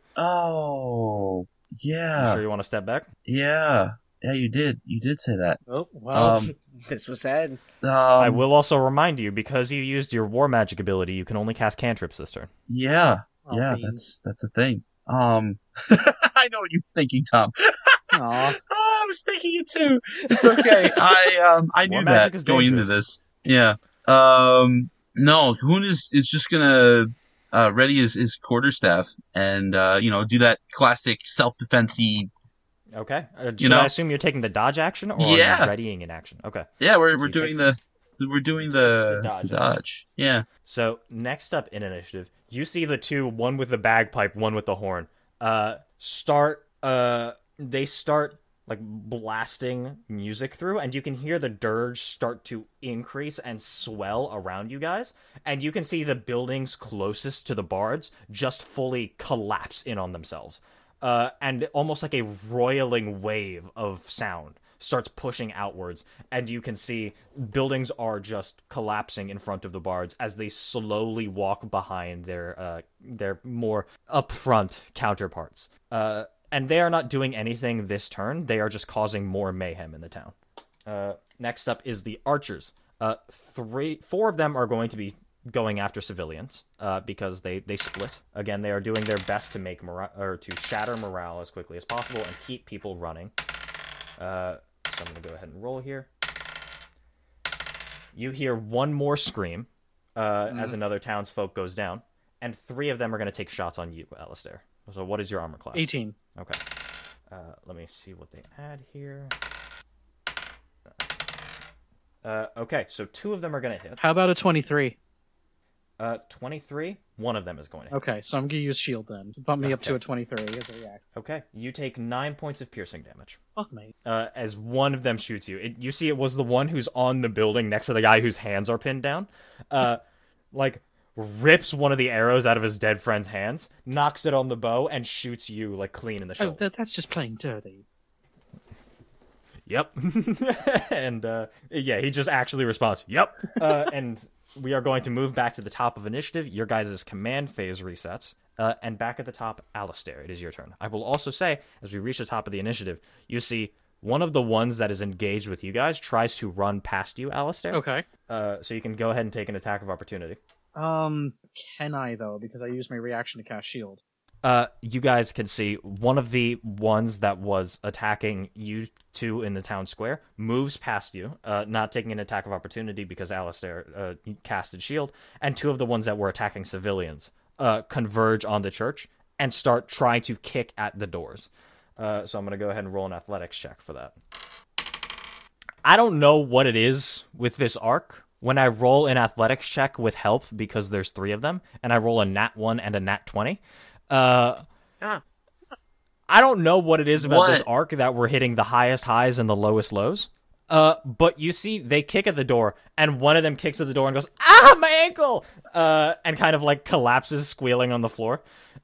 B: Oh.
A: You
B: Yeah.
A: sure you want to step back?
B: Yeah. Yeah. You did. You did say that.
D: Oh wow.
B: Um,
C: this was sad.
B: Um,
A: I will also remind you because you used your war magic ability, you can only cast cantrips this turn.
B: Yeah.
D: Aw,
B: yeah.
D: beans.
B: That's that's a thing. Um. <laughs> I know what you're thinking, Tom.
D: Aw.
B: Oh, I was thinking it too. It's okay. I um I
A: War
B: knew
A: magic
B: that
A: is
B: going into
A: dangerous.
B: this. Yeah. Um no, Hoon is is just gonna uh ready his, his quarterstaff and uh, you know, do that classic self defensey
A: Okay. Uh, should
B: You know-
A: I assume you're taking the dodge action or are
B: Yeah.
A: you readying an action? Okay.
B: Yeah, we're we're
A: You take
B: doing the we're doing the,
A: The dodge.
B: the dodge. Yeah.
A: So next up in initiative, you see the two, one with the bagpipe, one with the horn, uh, start. Uh, they start like blasting music through, and you can hear the dirge start to increase and swell around you guys, and you can see the buildings closest to the bards just fully collapse in on themselves, uh, and almost like a roiling wave of sound starts pushing outwards, and you can see buildings are just collapsing in front of the bards as they slowly walk behind their uh, their more upfront counterparts. Uh, and they are not doing anything this turn; they are just causing more mayhem in the town. Uh, next up is the archers. Uh, three, four of them are going to be going after civilians uh, because they they split. Again, they are doing their best to make mora- or to shatter morale as quickly as possible and keep people running. Uh, so I'm gonna go ahead and roll here. You hear one more scream uh, as another townsfolk goes down, and three of them are gonna take shots on you, Alistair. So what is your armor class?
D: <laughs> Eighteen.
A: Okay. Uh, let me see what they add here. Uh, okay, so two of them are going to hit.
D: How about a twenty-three?
A: Uh, 23, one of them is going to hit.
D: Okay, so I'm gonna use shield then. Bump me up to
A: Okay.
D: a twenty-three as a react.
A: Okay, you take nine points of piercing damage.
D: Fuck me.
A: Uh, as one of them shoots you, it, you see it was the one who's on the building next to the guy whose hands are pinned down. Uh, <laughs> like rips one of the arrows out of his dead friend's hands, knocks it on the bow, and shoots you like clean in the shoulder.
D: Oh, that, that's just plain dirty.
A: Yep. <laughs> and uh, yeah, he just actually responds, Yep. Uh, and we are going to move back to the top of initiative. Your guys' command phase resets. Uh, and back at the top, Alistair, it is your turn. I will also say, as we reach the top of the initiative, you see One of the ones that is engaged with you guys tries to run past you, Alistair.
D: Okay.
A: Uh, so you can go ahead and take an attack of opportunity.
D: Um, can I though? Because I used my reaction to cast shield.
A: Uh, you guys can see one of the ones that was attacking you two in the town square moves past you, uh, not taking an attack of opportunity because Alistair uh, casted shield, and two of the ones that were attacking civilians uh, converge on the church and start trying to kick at the doors. Uh, so I'm going to go ahead and roll an athletics check for that. I don't know what it is with this arc. When I roll an athletics check with help, because there's three of them, and I roll a nat 1 and a nat 20, uh,
C: Ah.
A: I don't know what it is about this
B: What?
A: arc that we're hitting the highest highs and the lowest lows. Uh, but you see, they kick at the door, and one of them kicks at the door and goes, "Ah, my ankle!" Uh, and kind of like collapses, squealing on the floor.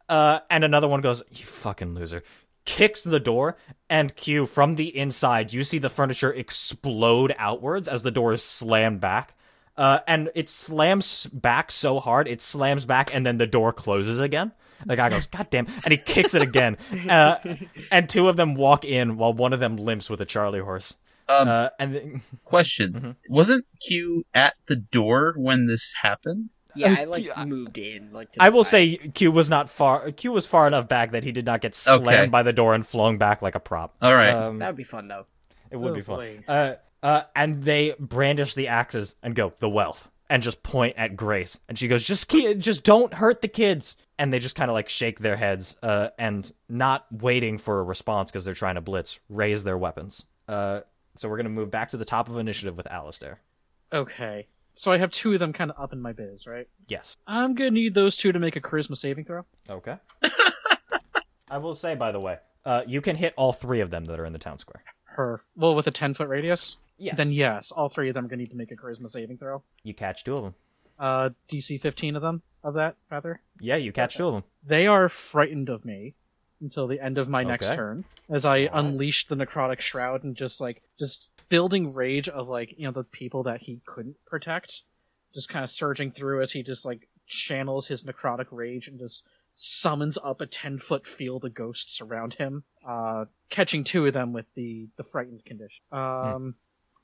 A: Uh, and another one goes, "You fucking loser!" Kicks the door, and Q from the inside, you see the furniture explode outwards as the door is slammed back. Uh, and it slams back so hard, it slams back, and then the door closes again. The guy goes, "God damn!" and he kicks it again. Uh, and two of them walk in while one of them limps with a Charlie horse.
B: Um,
A: Uh, and then-
B: question:
A: Mhm.
B: Wasn't Q at the door when this happened?
C: Yeah,
A: Uh,
C: I like
A: yeah.
C: moved in. Like to the
A: I will
C: side.
A: say Q was not far. Q was far enough back that he did not get slammed
B: Okay.
A: by the door and flung back like a prop.
B: All right.
A: Um,
C: that would be fun though.
A: it would be
D: Oh,
A: fun.
D: boy.
A: Uh, uh, and they brandish the axes and go the wealth and just point at Grace, and she goes, "Just ki- just don't hurt the kids." And they just kind of like shake their heads, uh, and not waiting for a response because they're trying to blitz, raise their weapons. Uh, so we're gonna move back to the top of initiative with Alistair.
D: Okay. So I have two of them kind of up in my biz, right?
A: Yes.
D: I'm gonna need those two to make a charisma saving throw.
A: Okay. I will say, by the way, uh, you can hit all three of them that are in the town square.
D: Her well with a ten foot radius.
A: Yes.
D: Then yes, all three of them are gonna need to make a charisma saving throw.
A: you catch two of them.
D: Uh, DC fifteen of them of that rather.
A: Yeah, you catch two of them.
D: They are frightened of me until the end of my next
A: Okay.
D: turn as I
A: Alright.
D: unleash the necrotic shroud and just like just building rage of like you know the people that he couldn't protect, just kind of surging through as he just like channels his necrotic rage and just summons up a ten foot field of ghosts around him, uh, catching two of them with the the frightened condition.
A: Hmm.
D: Um,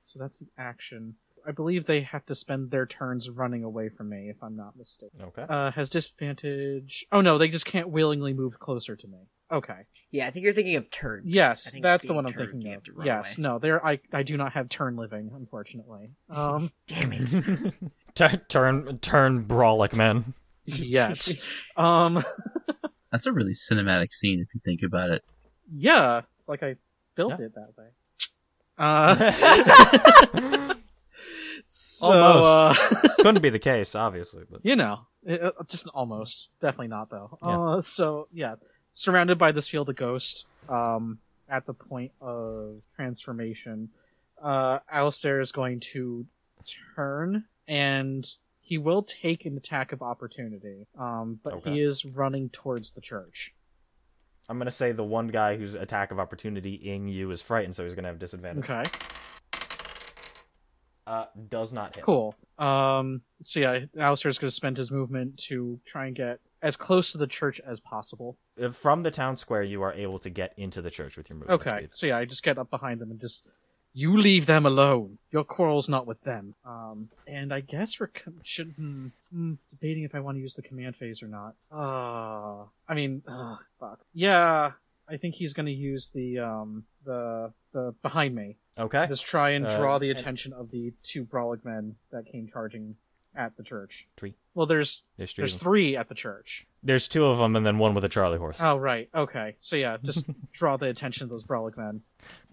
D: so that's the action. I believe they have to spend their turns running away from me if I'm not mistaken
A: Okay.
D: uh, has disadvantage. Oh no, they just can't willingly move closer to me. Okay.
C: Yeah, I think you're thinking of turn. I
D: Yes,
C: think
D: that's the
C: being
D: one I'm
C: turned, you
D: thinking
C: have
D: of.
C: to run
D: Yes,
C: away.
D: no, there I I do not have turn living,
C: <laughs>
D: unfortunately. Um,
A: <laughs>
C: Damn it.
A: Tur- turn, turn, brawlic man.
D: yet.
C: <laughs>
D: Um,
B: That's a really cinematic scene if you think about it.
D: yeah, it's like I built it that way. Uh,
C: <laughs>
D: <laughs> so <laughs>
A: Almost.
D: uh,
A: Couldn't be the case, obviously. But
D: you know, it, uh, just almost, definitely not though.
A: Yeah.
D: Uh, so yeah, surrounded by this field of ghosts. Um, at the point of transformation, uh, Alistair is going to turn and he will take an attack of opportunity. Um, but
A: Okay.
D: he is running towards the church.
A: <laughs> I'm gonna say the one guy whose attack of opportunity ing you is frightened, so he's gonna have disadvantage.
D: Okay,
A: Uh, does not hit.
D: cool. Um, so yeah, Alistair is going to spend his movement to try and get as close to the church as possible.
A: Uh, From the town square, you are able to get into the church with your movement
D: Okay,
A: speed.
D: so yeah, I just get up behind them and just, you leave them alone. Your quarrel's not with them. Um, and I guess we're com- should hmm, hmm, debating if I want to use the command phase or not. Ah, I mean, ugh, fuck. Yeah, I think he's gonna use the um the the behind me.
A: Okay.
D: Just try and
A: Uh,
D: draw the
A: and-
D: attention of the two brawlig men that came charging at the church.
A: Three.
D: Well, there's
A: There's three. of
D: there's
A: them.
D: three at the church.
A: There's two of them, and then one with a Charlie horse.
D: Oh right, okay. So yeah,
A: <laughs>
D: just draw the attention of those brawlig men.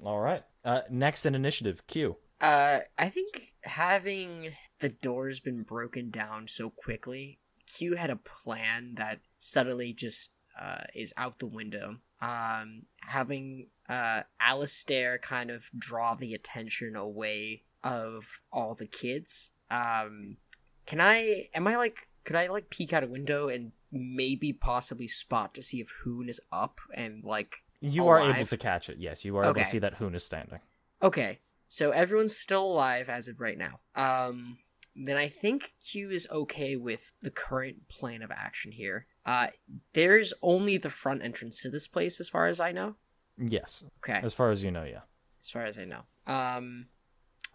A: All right. Uh, next in initiative, Q.
C: Uh, I think having the doors been broken down so quickly, Q had a plan that suddenly just uh, is out the window. Um, having uh, Alistair kind of draw the attention away of all the kids. Um, can I? Am I like? Could I like peek out a window and maybe possibly spot to see if Hoon is up and like
A: You are able
C: Alive?
A: to catch it. Yes, you are able to
C: Okay.
A: see that Hoon is standing.
C: Okay, so everyone's still alive as of right now. Um, then I think Q is okay with the current plan of action here. Uh, there's only the front entrance to this place, as far as I know.
A: Yes,
C: Okay,
A: as far as you know, yeah.
C: as far as I know. Um,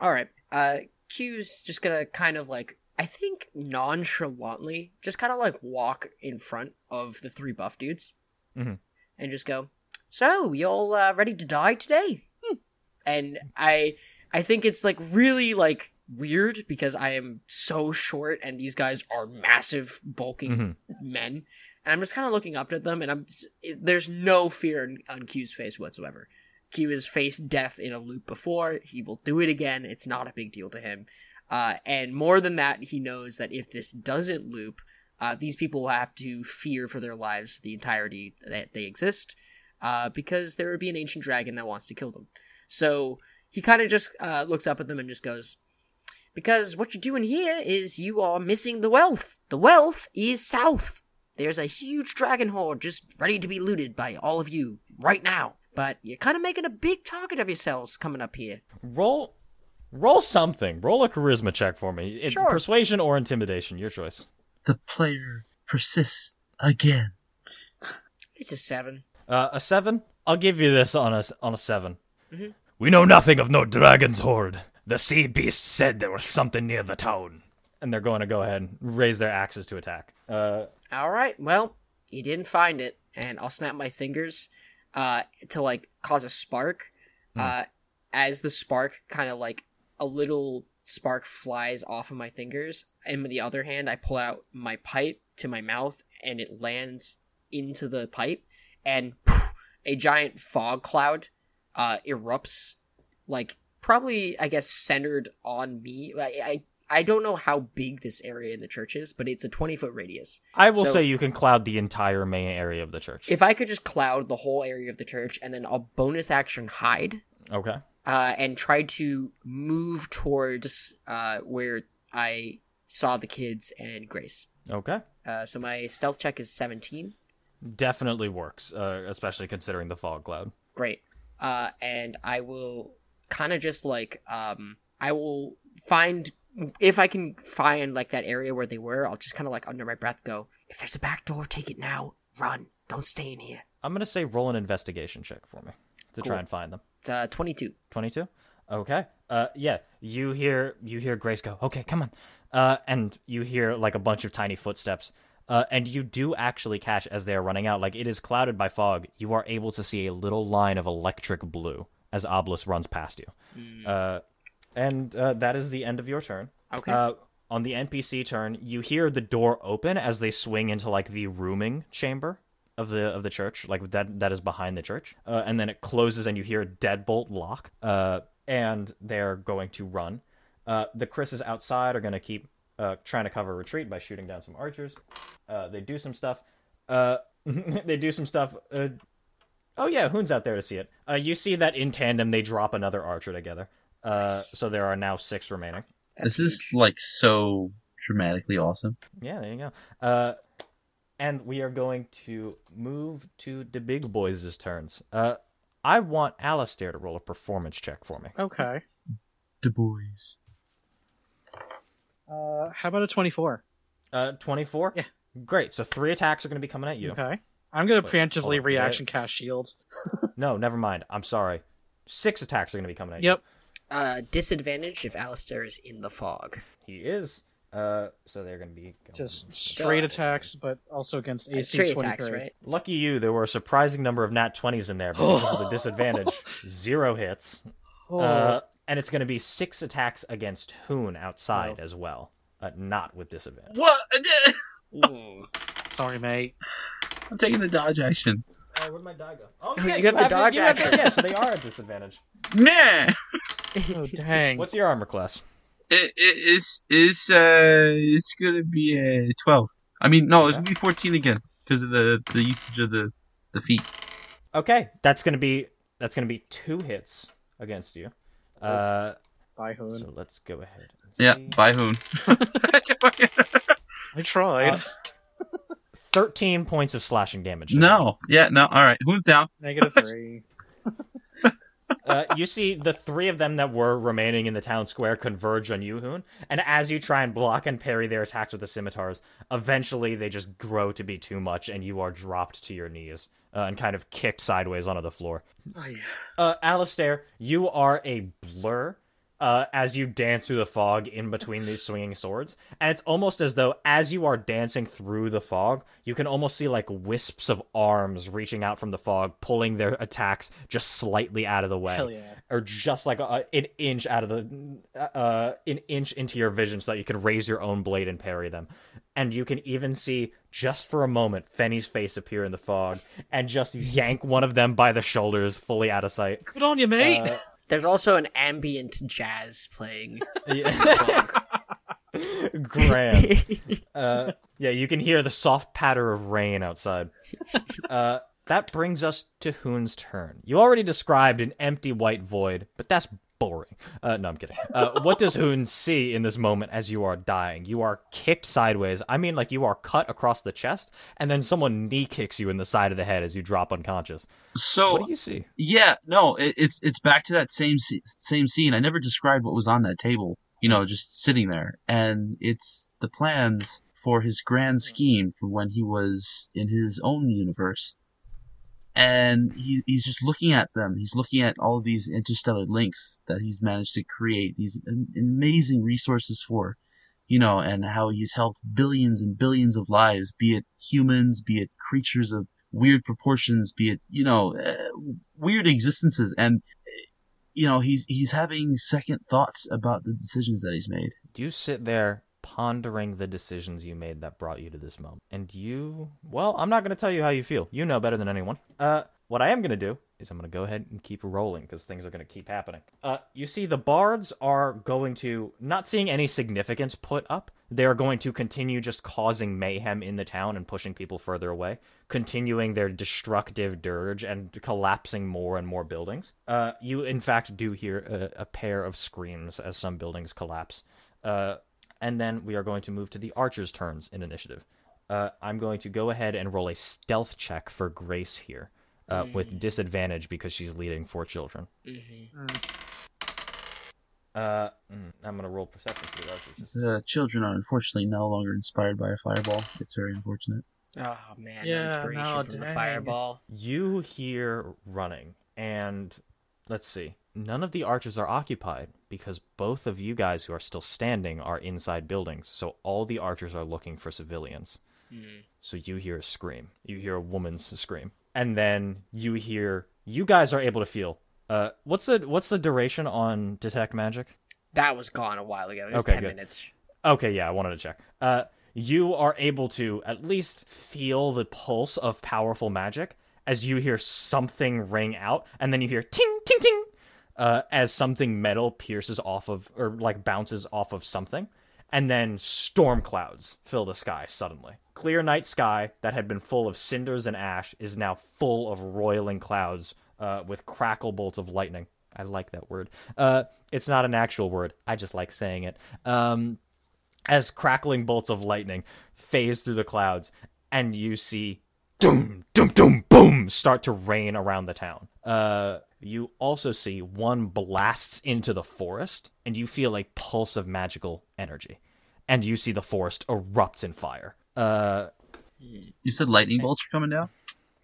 C: all right. Uh, Q's just gonna kind of like I think nonchalantly just kind of like walk in front of the three buff dudes
A: Mhm.
C: and just go. So y'all uh, ready to die today? Hmm." And I I think it's like really like weird because I am so short and these guys are massive bulking
A: Mhm.
C: men and i'm just kind of looking up at them and i'm it- there's no fear in, on q's face whatsoever q has faced death in a loop before he will do it again it's not a big deal to him uh, and more than that he knows that if this doesn't loop uh, these people will have to fear for their lives the entirety that they exist uh, because there would be an ancient dragon that wants to kill them so he kind of just uh, looks up at them and just goes because what you're doing here is you are missing the wealth. The wealth is south. There's a huge dragon horde just ready to be looted by all of you right now. But you're kind of making a big target of yourselves coming up here.
A: Roll, roll something. Roll a charisma check for me. It-
C: Sure.
A: Persuasion or intimidation, your choice.
B: The player persists again.
C: It's a seven.
A: Uh, a seven. I'll give you this on a s- on a 7
C: Mhm.
A: We know nothing of no dragon's horde. The sea beast said there was something near the town, and they're going to go ahead and raise their axes to attack. Uh,
C: All right. Well, you didn't find it, and I'll snap my fingers uh, to like cause a spark.
A: Hmm.
C: Uh, as the spark kind of like a little spark flies off of my fingers, and with the other hand, I pull out my pipe to my mouth, and it lands into the pipe, and a giant fog cloud uh, erupts, like probably I guess centered on me. I, I I don't know how big this area in the church is, but it's a twenty foot radius.
A: I will
C: So-
A: say you can cloud the entire main area of the church.
C: If I could just cloud the whole area of the church and then I'll bonus action hide
A: okay.
C: uh, and try to move towards uh, where I saw the kids and Grace.
A: Okay.
C: Uh, so my stealth check is 17.
A: Definitely works, uh, especially considering the fog cloud.
C: Great. Uh, and I will kind of just like, um, I will find, if I can find like that area where they were, I'll just kind of like under my breath go, if there's a back door, take it now. Run. Don't stay in here.
A: I'm gonna say roll an investigation check for me to
C: Cool.
A: try and find them.
C: It's uh, 22.
A: 22 okay uh yeah you hear you hear grace go okay come on uh and you hear like a bunch of tiny footsteps uh and you do actually catch as they're running out like it is clouded by fog you are able to see a little line of electric blue as obelisk runs past you
C: Mm,
A: uh and uh, that is the end of your turn
C: Okay.
A: uh on the npc turn you hear the door open as they swing into like the rooming chamber of the of the church, like that that is behind the church, uh, and then it closes, and you hear a deadbolt lock, uh, and they're going to run. Uh, the Chris's outside are going to keep uh, trying to cover retreat by shooting down some archers. Uh, they do some stuff. Uh, <laughs> they do some stuff. Uh, oh yeah, Hoon's out there to see it. Uh, you see that in tandem they drop another archer together. Uh,
C: Nice.
A: So there are now six remaining.
C: That's
B: this is
C: huge.
B: like so dramatically awesome.
A: Yeah, there you go. Uh, and we are going to move to the big boys' turns. Uh, I want Alistair to roll a performance check for me.
D: Okay.
B: The boys.
D: Uh, how about a 24?
A: Uh, 24?
D: Yeah.
A: Great. So three attacks are going to be coming at you.
D: Okay. I'm going to
A: Wait, hold
D: preemptively
A: on.
D: reaction cast shield.
A: No, never mind. I'm sorry. Six attacks are going to be coming at
D: Yep.
C: uh, disadvantage if Alistair is in the fog.
A: you. He is. Uh, so they're going to be. going-
D: Just straight attacks, but also against
C: It's
D: AC
C: three
D: 23.
C: Uh,
A: <laughs>
C: attacks, right?
A: Lucky you, there were a surprising number of nat 20s in there, but because
D: <laughs>
A: of the disadvantage, zero hits.
D: Oh,
A: Uh, and it's going to be six attacks against Hoon outside as well, uh, not with disadvantage.
B: What? <laughs>
C: Ooh.
D: sorry, mate.
C: <laughs>
B: I'm taking the dodge action.
A: Oh, where did my die go? <laughs> Oh,
C: You have the dodge
A: you have the-
C: action.
A: yeah, so they are at disadvantage.
B: Nah.
D: Oh, dang.
A: What's your armor class?
B: It, it, it's it's uh it's gonna be a twelve. I mean, no, it's gonna be fourteen again because of the the usage of the the feet.
A: Okay, that's going to be that's going to be two hits against you. Uh,
D: Bye, Hoon.
A: so let's go ahead. and
B: Yeah,
A: see.
B: by Hoon. <laughs>
D: I tried.
A: Uh, Thirteen points of slashing damage.
D: <laughs>
B: no, yeah, no. All right, Hoon's down.
D: Negative three.
A: Uh, uh, you see the three of them that were remaining in the town square converge on Yuhun, and as you try and block and parry their attacks with the scimitars, eventually they just grow to be too much, and you are dropped to your knees uh, and kind of kicked sideways onto the floor.
C: Oh, yeah.
A: Uh, Alistair, you are a blur uh, as you dance through the fog in between these swinging swords. And it's almost as though, as you are dancing through the fog, you can almost see like wisps of arms reaching out from the fog, pulling their attacks just slightly out of the way.
D: Hell yeah.
A: Or just like a, an inch out of the, uh, an inch into your vision so that you can raise your own blade and parry them. And you can even see, just for a moment, Fenny's face appear in the fog and just yank one of them by the shoulders fully out of sight.
D: Good on you, mate.
A: Uh,
C: <laughs> There's also an ambient jazz playing.
A: yeah. <laughs>
C: <laughs>
A: Grand. Uh, yeah, you can hear the soft patter of rain outside. Uh, that brings us to Hoon's turn. You already described an empty white void, but that's boring. Uh, no, I'm kidding. Uh, what does Hoon see in this moment as you are dying? You are kicked sideways. I mean, like you are cut across the chest, and then someone knee kicks you in the side of the head as you drop unconscious.
B: So
A: What do you see?
B: Yeah, no, it, it's it's back to that same sce- same scene. I never described what was on that table, you know, just sitting there, and it's the plans for his grand scheme from when he was in his own universe, and he's he's just looking at them. He's looking at all of these interstellar links that he's managed to create, these am- amazing resources for, you know, and how he's helped billions and billions of lives, be it humans, be it creatures of weird proportions, be it you know uh, weird existences, and eh, you know he's he's having second thoughts about the decisions that he's made.
A: you sit there pondering the decisions you made that brought you to this moment and you well i'm not going to tell you how you feel you know better than anyone uh what i am going to do is i'm going to go ahead and keep rolling because things are going to keep happening uh you see the bards are going to not seeing any significance put up they are going to continue just causing mayhem in the town and pushing people further away continuing their destructive dirge and collapsing more and more buildings uh you in fact do hear a, a pair of screams as some buildings collapse uh, and then we are going to move to the archer's turns in initiative. Uh, I'm going to go ahead and roll a stealth check for Grace here uh, with disadvantage because she's leading four children.
C: Mhm.
A: Uh, mm, I'm going to roll perception for the archers. just to see.
B: The children are unfortunately no longer inspired by a fireball. It's very unfortunate.
C: Oh man,
D: Yeah,
C: no inspiration
D: no,
C: from the
D: dang.
C: fireball.
A: You hear running, and let's see. None of the archers are occupied because both of you guys who are still standing are inside buildings, so all the archers are looking for civilians.
C: Mm.
A: So you hear a scream. You hear a woman's scream, and then you hear. You guys are able to feel. Uh, what's the what's the duration on detect magic?
C: That was gone a while ago. It was
A: Okay,
C: ten
A: good.
C: minutes.
A: Okay, yeah, I wanted to check. Uh, you are able to at least feel the pulse of powerful magic as you hear something ring out, and then you hear ting ting ting, uh, as something metal pierces off of or like bounces off of something, and then storm clouds fill the sky suddenly. Clear night sky that had been full of cinders and ash is now full of roiling clouds uh, with crackle bolts of lightning. I like that word. Uh, it's not an actual word. I just like saying it. Um, as crackling bolts of lightning phase through the clouds, and you see doom, doom, doom, boom start to rain around the town. Uh, you also see one blasts into the forest, and you feel a pulse of magical energy, and you see the forest erupts in fire. Uh,
B: You said lightning bolts are coming down.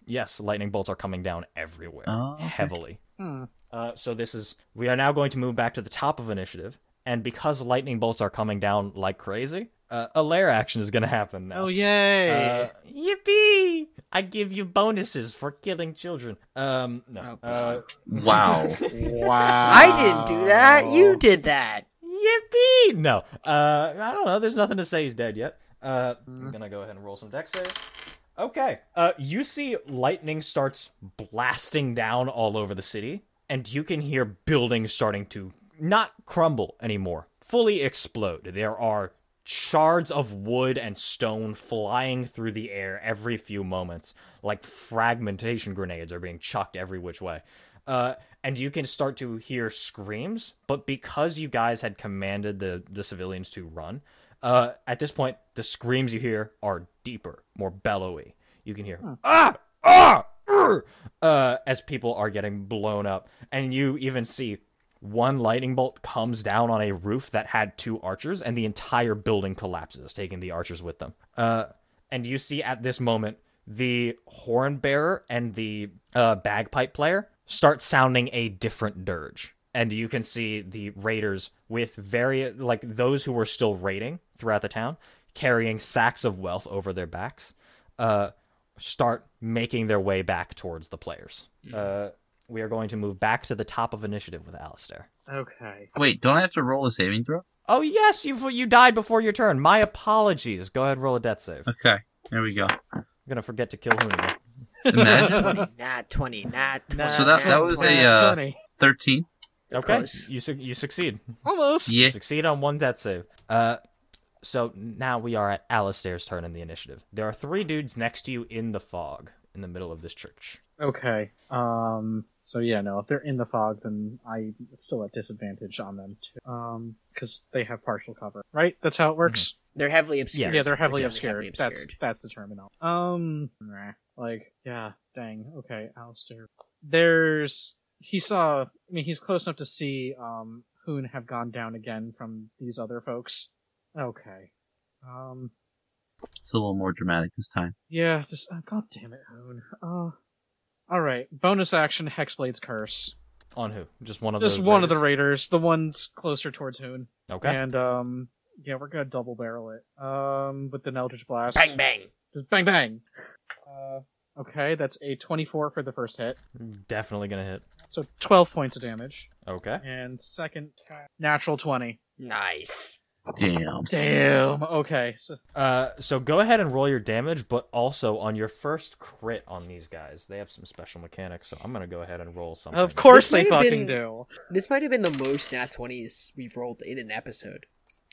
A: yes, lightning bolts are coming down everywhere,
B: Oh, okay.
A: heavily.
D: Hmm.
A: Uh, so this is we are now going to move back to the top of initiative, and because lightning bolts are coming down like crazy, uh, a lair action is going to happen now.
D: Oh yay!
A: Uh, yippee! I give you bonuses for killing children. Um, no.
C: Oh,
A: uh,
B: Wow.
E: Wow.
C: I didn't do that.
D: Oh.
C: You
D: <laughs>
C: did that.
A: yippee! No. Uh, I don't know. There's nothing to say he's dead yet. Uh, I'm gonna go ahead and roll some dex saves. Okay. Uh, you see lightning starts blasting down all over the city, and you can hear buildings starting to not crumble anymore, fully explode. There are shards of wood and stone flying through the air every few moments, like fragmentation grenades are being chucked every which way. Uh, and you can start to hear screams, but because you guys had commanded the, the civilians to run, uh, at this point, the screams you hear are deeper, more bellowy. You can hear ah ah. "Ugh!" "Grr!" uh, as people are getting blown up, and you even see one lightning bolt comes down on a roof that had two archers, and the entire building collapses, taking the archers with them. Uh, and you see at this moment the horn bearer and the uh, bagpipe player start sounding a different dirge and you can see the raiders with various like those who were still raiding throughout the town carrying sacks of wealth over their backs uh, start making their way back towards the players uh, we are going to move back to the top of initiative with Alistair.
D: Okay.
B: <laughs> Wait, don't I have to roll a saving throw?
A: Oh yes, you you died before your turn. My apologies. Go ahead, roll a death save. I'm
B: Okay, there we go.
A: gonna forget to kill Hoonigan.
B: <laughs> Imagine.
D: <laughs>
C: Twenty, nat twenty, nat twenty.
B: So that-
C: nat
B: that was a,
C: 20.
B: uh,
D: 20.
B: Thirteen.
C: That's
A: okay,
C: close.
A: you su- you succeed.
D: Almost.
B: Yeah.
A: Succeed on one death save. Uh, so now we are at Alistair's turn in the initiative. There are three dudes next to you in the fog in the middle of this church.
D: Okay. Um. So yeah, no. If they're in the fog, then I'm still at disadvantage on them too. Um, because they have partial cover, right? That's how it
B: Mm-hmm.
D: works.
C: They're heavily obscured.
A: Yes.
D: Yeah, they're heavily,
C: definitely
D: obscured.
C: heavily obscured.
D: That's that's the terminology. Um. nah, Like yeah. Dang. Okay, Alistair. There's he saw. I mean, he's close enough to see. Um, Hoon have gone down again from these other folks. Okay. Um.
B: It's a little more dramatic this time.
D: Yeah, just oh, god damn it, Hoon. Uh all right. Bonus action Hexblade's curse.
A: On who? Just one of
D: Just
A: the
D: one of the raiders, the one's closer towards Hoon.
A: Okay.
D: And um yeah, we're gonna double barrel it. Um with an Eldritch Blast.
C: Bang bang.
D: Just bang bang. Uh okay, that's a twenty-four for the first hit.
A: Definitely gonna hit.
D: So twelve points of damage.
A: Okay.
D: And second ca- natural twenty.
C: Nice.
B: Damn.
D: Damn. Okay. So
A: Uh, so go ahead and roll your damage, but also on your first crit on these guys, they have some special mechanics. So I'm gonna go ahead and roll something.
D: of course they
C: This might have
D: fucking
C: been-
D: do.
C: This might have been the most nat twenties we've rolled in an episode.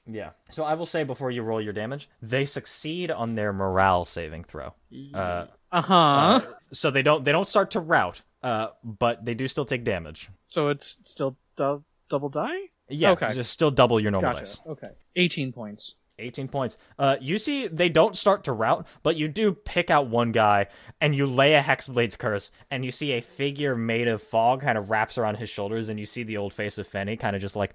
A: Yeah. So I will say before you roll your damage, they succeed on their morale saving throw.
C: Mm-hmm.
A: Uh,
D: Uh-huh.
A: uh, so they don't they don't start to rout, uh, but they do still take damage.
D: so it's still dou- double die?
A: Yeah.
D: Okay.
A: Just still double your normal dice.
D: Okay. 18 points.
A: 18 points. Uh, you see, they don't start to rout, but you do pick out one guy and you lay a Hexblade's curse, and you see a figure made of fog kind of wraps around his shoulders, and you see the old face of Fenny kind of just like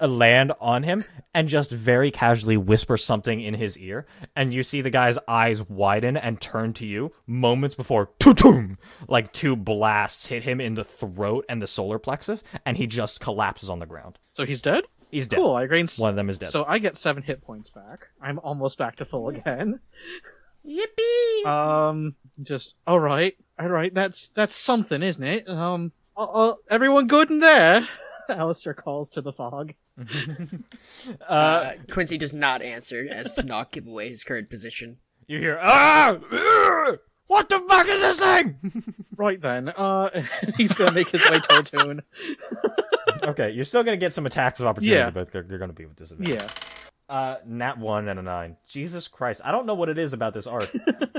A: uh, land on him and just very casually whisper something in his ear. And you see the guy's eyes widen and turn to you moments before tutum, like two blasts hit him in the throat and the solar plexus, and he just collapses on the ground.
D: So he's dead?
A: He's dead.
D: Cool. I gain s-
A: One of them is dead.
D: So I get 7 hit points back. I'm almost back to full again.
A: Yippee!
D: Um just all right. All right. That's that's something, isn't it? Um uh, uh, everyone good in there? <laughs> Alistair calls to the fog.
A: uh,
C: Uh, Quincy does not answer as to not give away his current position.
A: You hear, ah! <laughs> Ugh! What the fuck is this thing? <laughs>
D: Right then. Uh <laughs> he's going to make his way towards Hoon.
A: okay, you're still gonna get some attacks of opportunity,
D: Yeah.
A: but they're, they're gonna be with disadvantage.
D: Yeah.
A: Uh, nat one and a nine. Jesus Christ, I don't know what it is about this
D: <laughs>
A: art.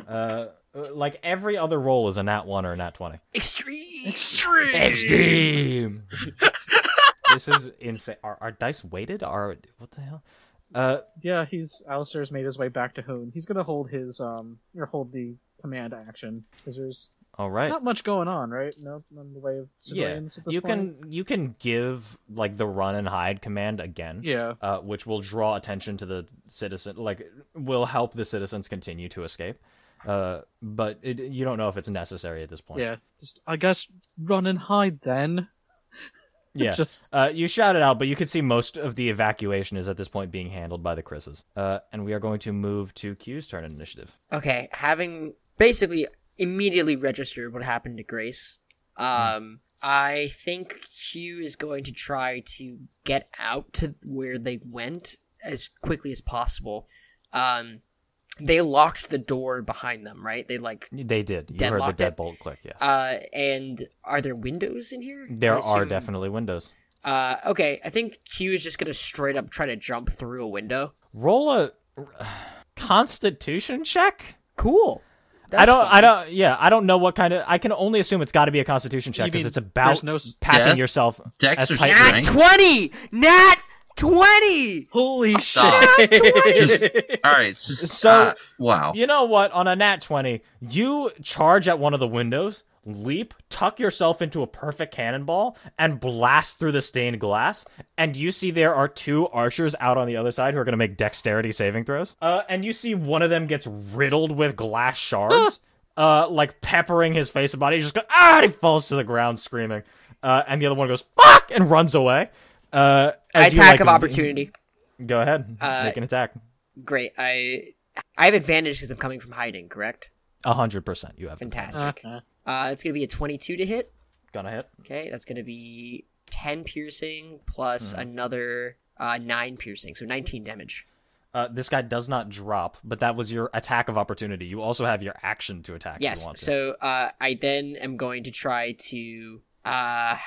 A: uh, like every other roll is a nat one or a nat twenty.
C: Extreme.
D: Extreme.
A: <laughs> Extreme. <laughs> this is insane. Are our dice weighted? Are what the hell? Uh,
D: Yeah, he's Alistair's made his way back to Hoon. He's going to hold his um or hold the command action cuz there's
A: all right.
D: not much going on, right? No, in the way of civilians at this
A: you
D: point.
A: can you can give like the run and hide command again.
D: Yeah.
A: uh, which will draw attention to the citizen, like will help the citizens continue to escape. Uh, but it, you don't know if it's necessary at this point.
D: Yeah. Just I guess run and hide then. <laughs>
A: yeah.
D: Just
A: Uh, you shout it out, but you can see most of the evacuation is at this point being handled by the Chris's. Uh, and we are going to move to Q's turn in initiative.
C: Okay, having basically immediately registered what happened to Grace, um, I think Hugh is going to try to get out to where they went as quickly as possible. Um, they locked the door behind them, right? They like,
A: They did. You heard
C: Deadlocked
A: the
C: it?
A: deadbolt click. Yes.
C: uh, and are there windows in here?
A: there
C: I
A: are
C: assume-
A: definitely windows.
C: Uh, okay, I think Q is just gonna straight up try to jump through a window.
A: Roll a Constitution check.
C: Cool.
A: I don't.
C: fun.
A: I don't. Yeah, I don't know what kind of. I can only assume it's got to be a Constitution check
D: You
A: because
D: mean
A: it's about
D: there's no s-
A: packing
B: Death?
A: yourself.
B: Dex
A: as
B: or
A: tight-
C: Nat
B: strength?
C: twenty. Nat twenty.
D: holy
B: <laughs> Stop.
D: <laughs>
A: <laughs>
B: Just-
D: shit.
B: All right. It's just
A: So-
B: uh, wow.
A: You know what? On a nat twenty, you charge at one of the windows, leap, tuck yourself into a perfect cannonball, and blast through the stained glass. And you see there are two archers out on the other side who are going to make dexterity saving throws. Uh, and you see one of them gets riddled with glass shards, uh, like peppering his face and body. He just goes, ah, and he falls to the ground screaming. Uh, and the other one goes, fuck, and runs away. Uh,
C: I
A: as you,
C: attack
A: like,
C: of
A: le-
C: opportunity.
A: Go ahead.
C: Uh,
A: make an attack.
C: Great. I I have advantage because I'm coming from hiding. Correct.
A: 100%. You have
C: Fantastic.
D: Okay.
A: Uh-huh.
C: Uh, it's gonna be a 22 to hit.
A: Gonna hit.
C: Okay, that's gonna be 10 piercing plus
A: Hmm.
C: another uh, nine piercing, so 19 damage.
A: Uh, this guy does not drop, but that was your attack of opportunity. You also have your action to attack. if you
C: Yes.
A: want to.
C: So uh, I then am going to try to. Uh,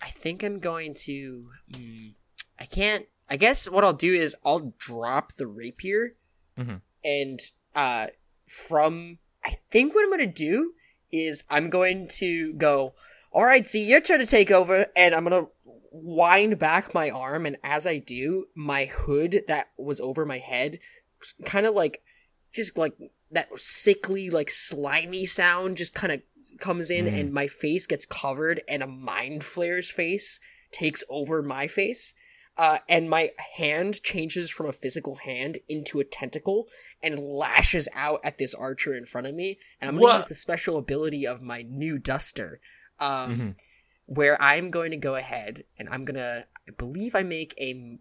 C: I think I'm going to. mm, I can't. I guess what I'll do is I'll drop the rapier,
A: Mhm.
C: and uh, from I think what I'm going to do is I'm going to go. All right, see, your turn to take over, and I'm gonna wind back my arm, and as I do, my hood that was over my head, kind of like, just like that sickly, like slimy sound just kind of comes in,
A: Mhm.
C: and my face gets covered, and a mind flayer's face takes over my face. Uh, and my hand changes from a physical hand into a tentacle and lashes out at this archer in front of me. And I'm going to
B: What?
C: use the special ability of my new duster, um,
D: Mm-hmm.
A: Mhm.
C: where I'm going to go ahead and I'm going to, I believe I make a m-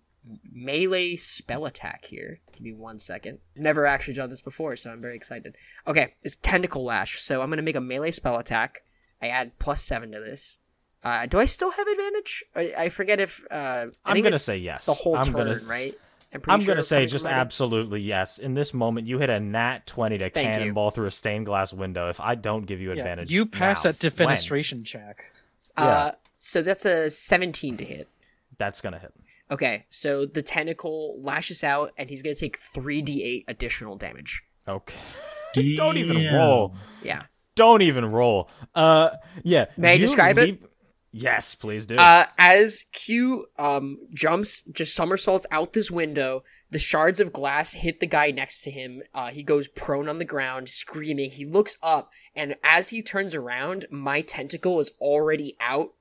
C: melee spell attack here. Give me one second. I've never actually done this before, so I'm very excited. Okay, it's Tentacle Lash. So I'm going to make a melee spell attack. I add plus seven to this. Uh, do I still have advantage? I, I forget if. Uh, I
A: I'm
C: think
A: gonna
C: it's
A: say yes.
C: The whole
A: I'm
C: turn,
A: gonna-
C: right? I'm, pretty
A: I'm
C: sure
A: gonna say
C: coming
A: just
C: from my-
A: absolutely yes. In this moment, you hit a nat twenty to
C: Thank you.
A: cannonball through a stained glass window. If I don't give you
D: Yeah,
A: advantage,
D: You pass
A: now,
D: that defenestration check.
C: Uh, so that's a 17 to hit.
A: when, that's gonna hit.
C: Okay, so the tentacle lashes out, and he's gonna take 3d8 additional damage.
A: Okay. <laughs> Don't even
B: Damn.
A: roll.
C: Yeah.
A: Don't even roll. Uh, yeah.
C: May I
A: you
C: describe it?
A: leap- Yes, please do.
C: Uh, as Q um, jumps, just somersaults out this window, the shards of glass hit the guy next to him. Uh, he goes prone on the ground, screaming. He looks up, and as he turns around, my tentacle is already out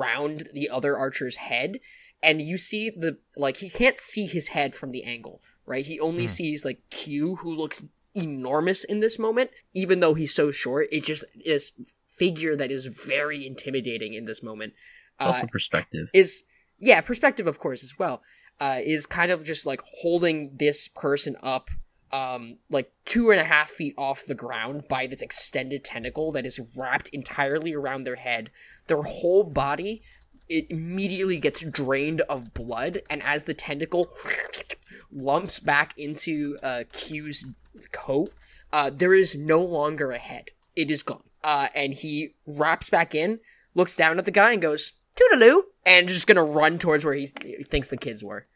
C: around the other archer's head. And you see the, like, he can't see his head from the angle, right? He only
A: Hmm.
C: sees, like, Q, who looks enormous in this moment, even though he's so short. It just is figure that is very intimidating in this moment uh,
B: It's also perspective.
C: is yeah perspective of course as well uh, is kind of just like holding this person up um like two and a half feet off the ground by this extended tentacle that is wrapped entirely around their head their whole body it immediately gets drained of blood and as the tentacle lumps back into uh q's coat uh there is no longer a head it is gone uh and he wraps back in looks down at the guy and goes toodaloo and just gonna run towards where he he thinks the kids were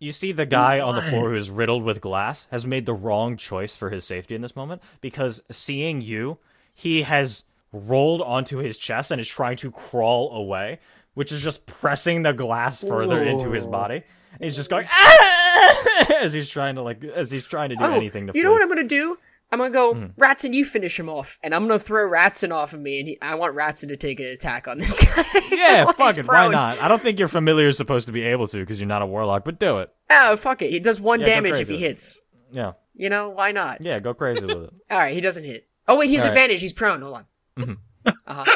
A: You see, the guy on the
B: What?
A: floor who is riddled with glass has made the wrong choice for his safety in this moment because seeing you, he has rolled onto his chest and is trying to crawl away, which is just pressing the glass further into his
C: Ooh.
A: body. And he's just going "Ah!" <laughs> as he's trying to like as he's trying to do
C: oh
A: anything to
C: you know
A: flee. Hmm.
C: what i'm gonna do i'm gonna go ratson you finish him off and i'm gonna throw ratson off of me and he, i want ratson to take an attack on this <laughs> guy
A: yeah,
C: While he's
A: fuck it. Why
C: prone.
A: not? I don't think your familiar is supposed to be able to because you're not a warlock, but do it.
C: oh fuck it he does one
A: Yeah, go
C: damage if
A: crazy with
C: he
A: it.
C: hits
A: Yeah,
C: you know why not
A: yeah, go crazy with it.
C: all right he doesn't hit oh wait he has
A: All right.
C: advantage he's prone hold on
A: Mhm.
C: uh-huh <laughs>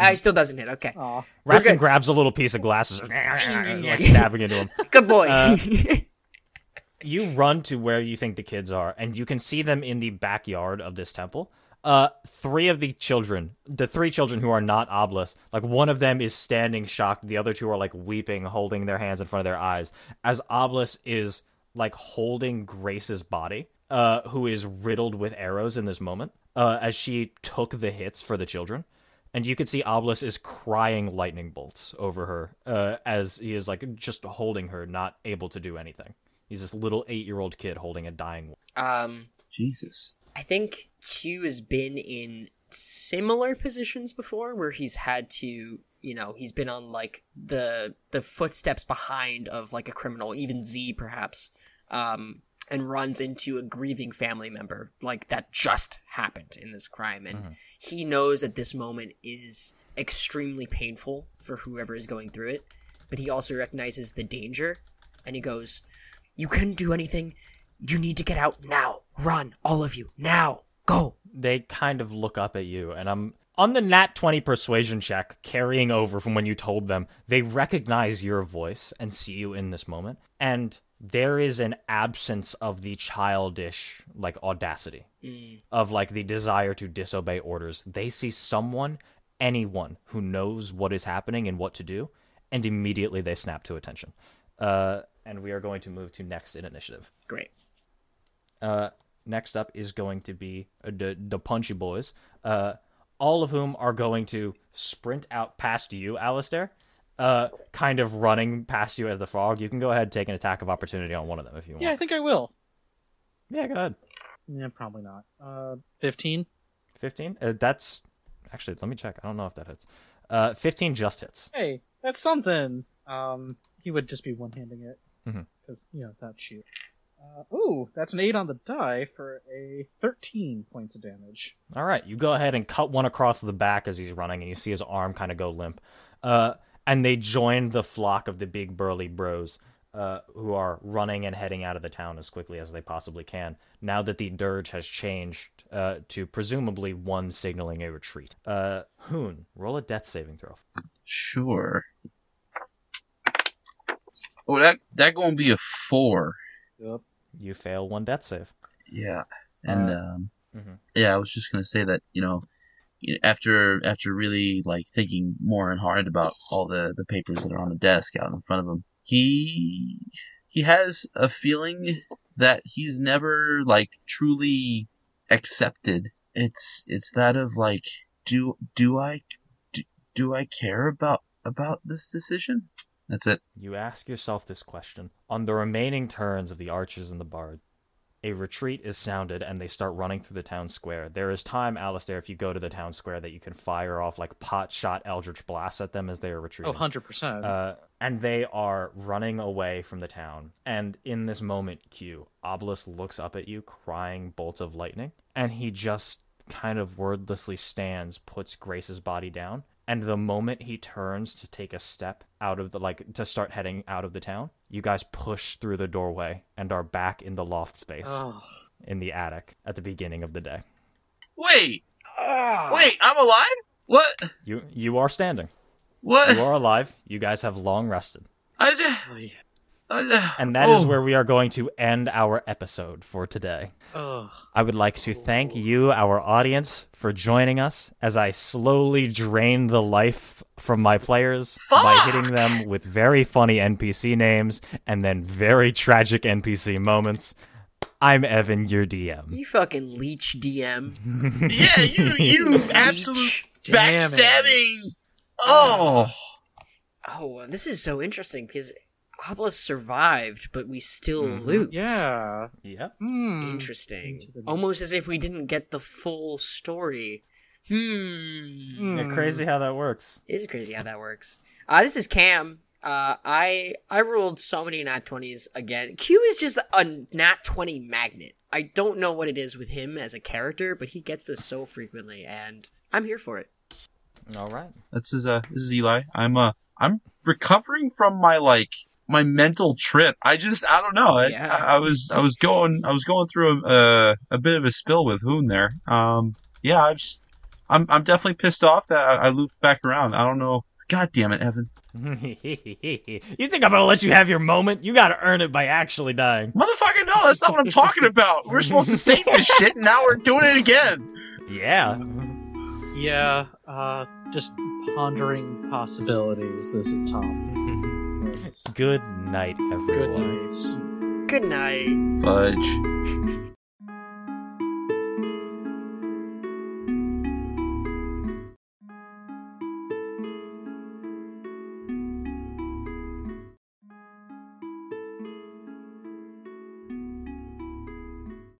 C: Ah, he still doesn't hit. <laughs> Okay,
D: Aw.
A: Ratson
C: good.
A: grabs a little piece of glass, and <laughs>
C: <laughs>
A: like stabbing into him.
C: good boy.
A: Uh, you run to where you think the kids are, and you can see them in the backyard of this temple. Uh, three of the children, the three children who are not obelisk, like one of them is standing shocked, the other two are like weeping, holding their hands in front of their eyes, as obelisk is like holding Grace's body, uh, who is riddled with arrows in this moment, uh, as she took the hits for the children. And you can see Obelisk is crying lightning bolts over her uh, as he is like just holding her, not able to do anything. He's this little eight year old kid holding a dying.
C: <laughs> um,
B: Jesus.
C: I think Q has been in similar positions before where he's had to, you know, he's been on like the the footsteps behind of like a criminal, even Z perhaps. Um and runs into a grieving family member like that just happened in this crime and
A: Mhm.
C: he knows that this moment is extremely painful for whoever is going through it but he also recognizes the danger and he goes you couldn't do anything you need to get out now run all of you now go
A: they kind of look up at you and I'm on the nat 20 persuasion check carrying over from when you told them they recognize your voice and see you in this moment and there is an absence of the childish like audacity
C: Mm,
A: of like the desire to disobey orders they see someone anyone who knows what is happening and what to do and immediately they snap to attention uh, and we are going to move to next in initiative
C: great
A: uh, next up is going to be uh, the, the Punchy Boys, uh, all of whom are going to sprint out past you, Alistair, uh, kind of running past you at the fog. You can go ahead and take an attack of opportunity on one of them if you want.
D: Yeah, I think I will.
A: Yeah, go ahead.
D: Yeah, probably not. Uh, fifteen.
A: 15? Uh, that's. Actually, let me check. I don't know if that hits. Uh, 15 just hits.
D: Hey, that's something. Um, he would just be one-handing it
A: Mhm.
D: because you know that shoot. Uh, ooh, that's an eight on the die for a thirteen points of damage.
A: All right, you go ahead and cut one across the back as he's running, and you see his arm kind of go limp. Uh, and they join the flock of the big burly bros uh, who are running and heading out of the town as quickly as they possibly can. Now that the dirge has changed uh, to presumably one signaling a retreat. Uh, Hoon, roll a death saving throw.
B: Sure. Oh, that that gonna be a four.
D: Yep.
A: You fail one death save.
B: Yeah, and
A: Uh,
B: um,
A: mhm.
B: yeah, I was just gonna say that you know, y- after after really like thinking more and hard about all the the papers that are on the desk out in front of him, he he has a feeling that he's never like truly accepted. It's it's that of like do do I do, do I care about about this decision? That's it.
A: You ask yourself this question. On the remaining turns of the archers and the bards, a retreat is sounded and they start running through the town square. There is time, Alistair, if you go to the town square, that you can fire off like pot shot Eldritch blasts at them as they are
D: Oh,
A: retreating.
D: 100 percent.
A: Uh, and they are running away from the town. And in this moment, Q, Obelisk looks up at you, crying bolts of lightning, and he just kind of wordlessly stands, puts Grace's body down, and the moment he turns to take a step out of the like to start heading out of the town, you guys push through the doorway and are back in the loft space in the attic at the beginning of the day.
B: Wait, wait, I'm alive. What?
A: You you are standing.
B: What?
A: You are alive. You guys have long rested.
B: I d- I d-
A: Oh, And that is
B: oh.
A: where we are going to end our episode for today.
D: Ugh.
A: I would like to thank you, our audience, for joining us as I slowly drain the life from my players by
B: Fuck!
A: hitting them with very funny NPC names and then very tragic NPC moments. I'm Evan, your DM.
C: you fucking leech dm
A: <laughs>
B: Yeah, you you absolute.
C: Leech.
D: Damn it.
B: Backstabbing! Oh,
C: Oh, this is so interesting because Obelisk survived, but we still
A: Mhm.
C: loot.
D: Yeah.
A: <laughs> Yep.
D: Hmm.
C: Interesting.
D: Into the-
C: Almost as if we didn't get the full story. Hmm.
A: Yeah, crazy how that works. <laughs>
C: It is crazy how that works. Uh, this is Cam. Uh, I I rolled so many nat twenties again. Q is just a nat twenty magnet. I don't know what it is with him as a character, but he gets this so frequently, and I'm here for it.
A: All right.
B: this is uh, this is Eli. I'm uh, I'm recovering from my like my mental trip. I just I don't know. I,
C: Yeah.
B: I, I was I was going I was going through a, a a bit of a spill with Hoon there. Um, yeah, I just I'm I'm definitely pissed off that I, I looped back around. I don't know. God damn it, Evan.
A: you think I'm going to let you have your moment? You got to earn it by actually dying.
B: Motherfucker, no, that's not what I'm talking about. We're supposed to save this shit, and now we're doing it again.
A: Yeah. <laughs>
D: Yeah. Uh, just pondering possibilities. This is Tom. This is-
A: Good night, everyone.
D: Good night.
C: Good night.
B: Fudge.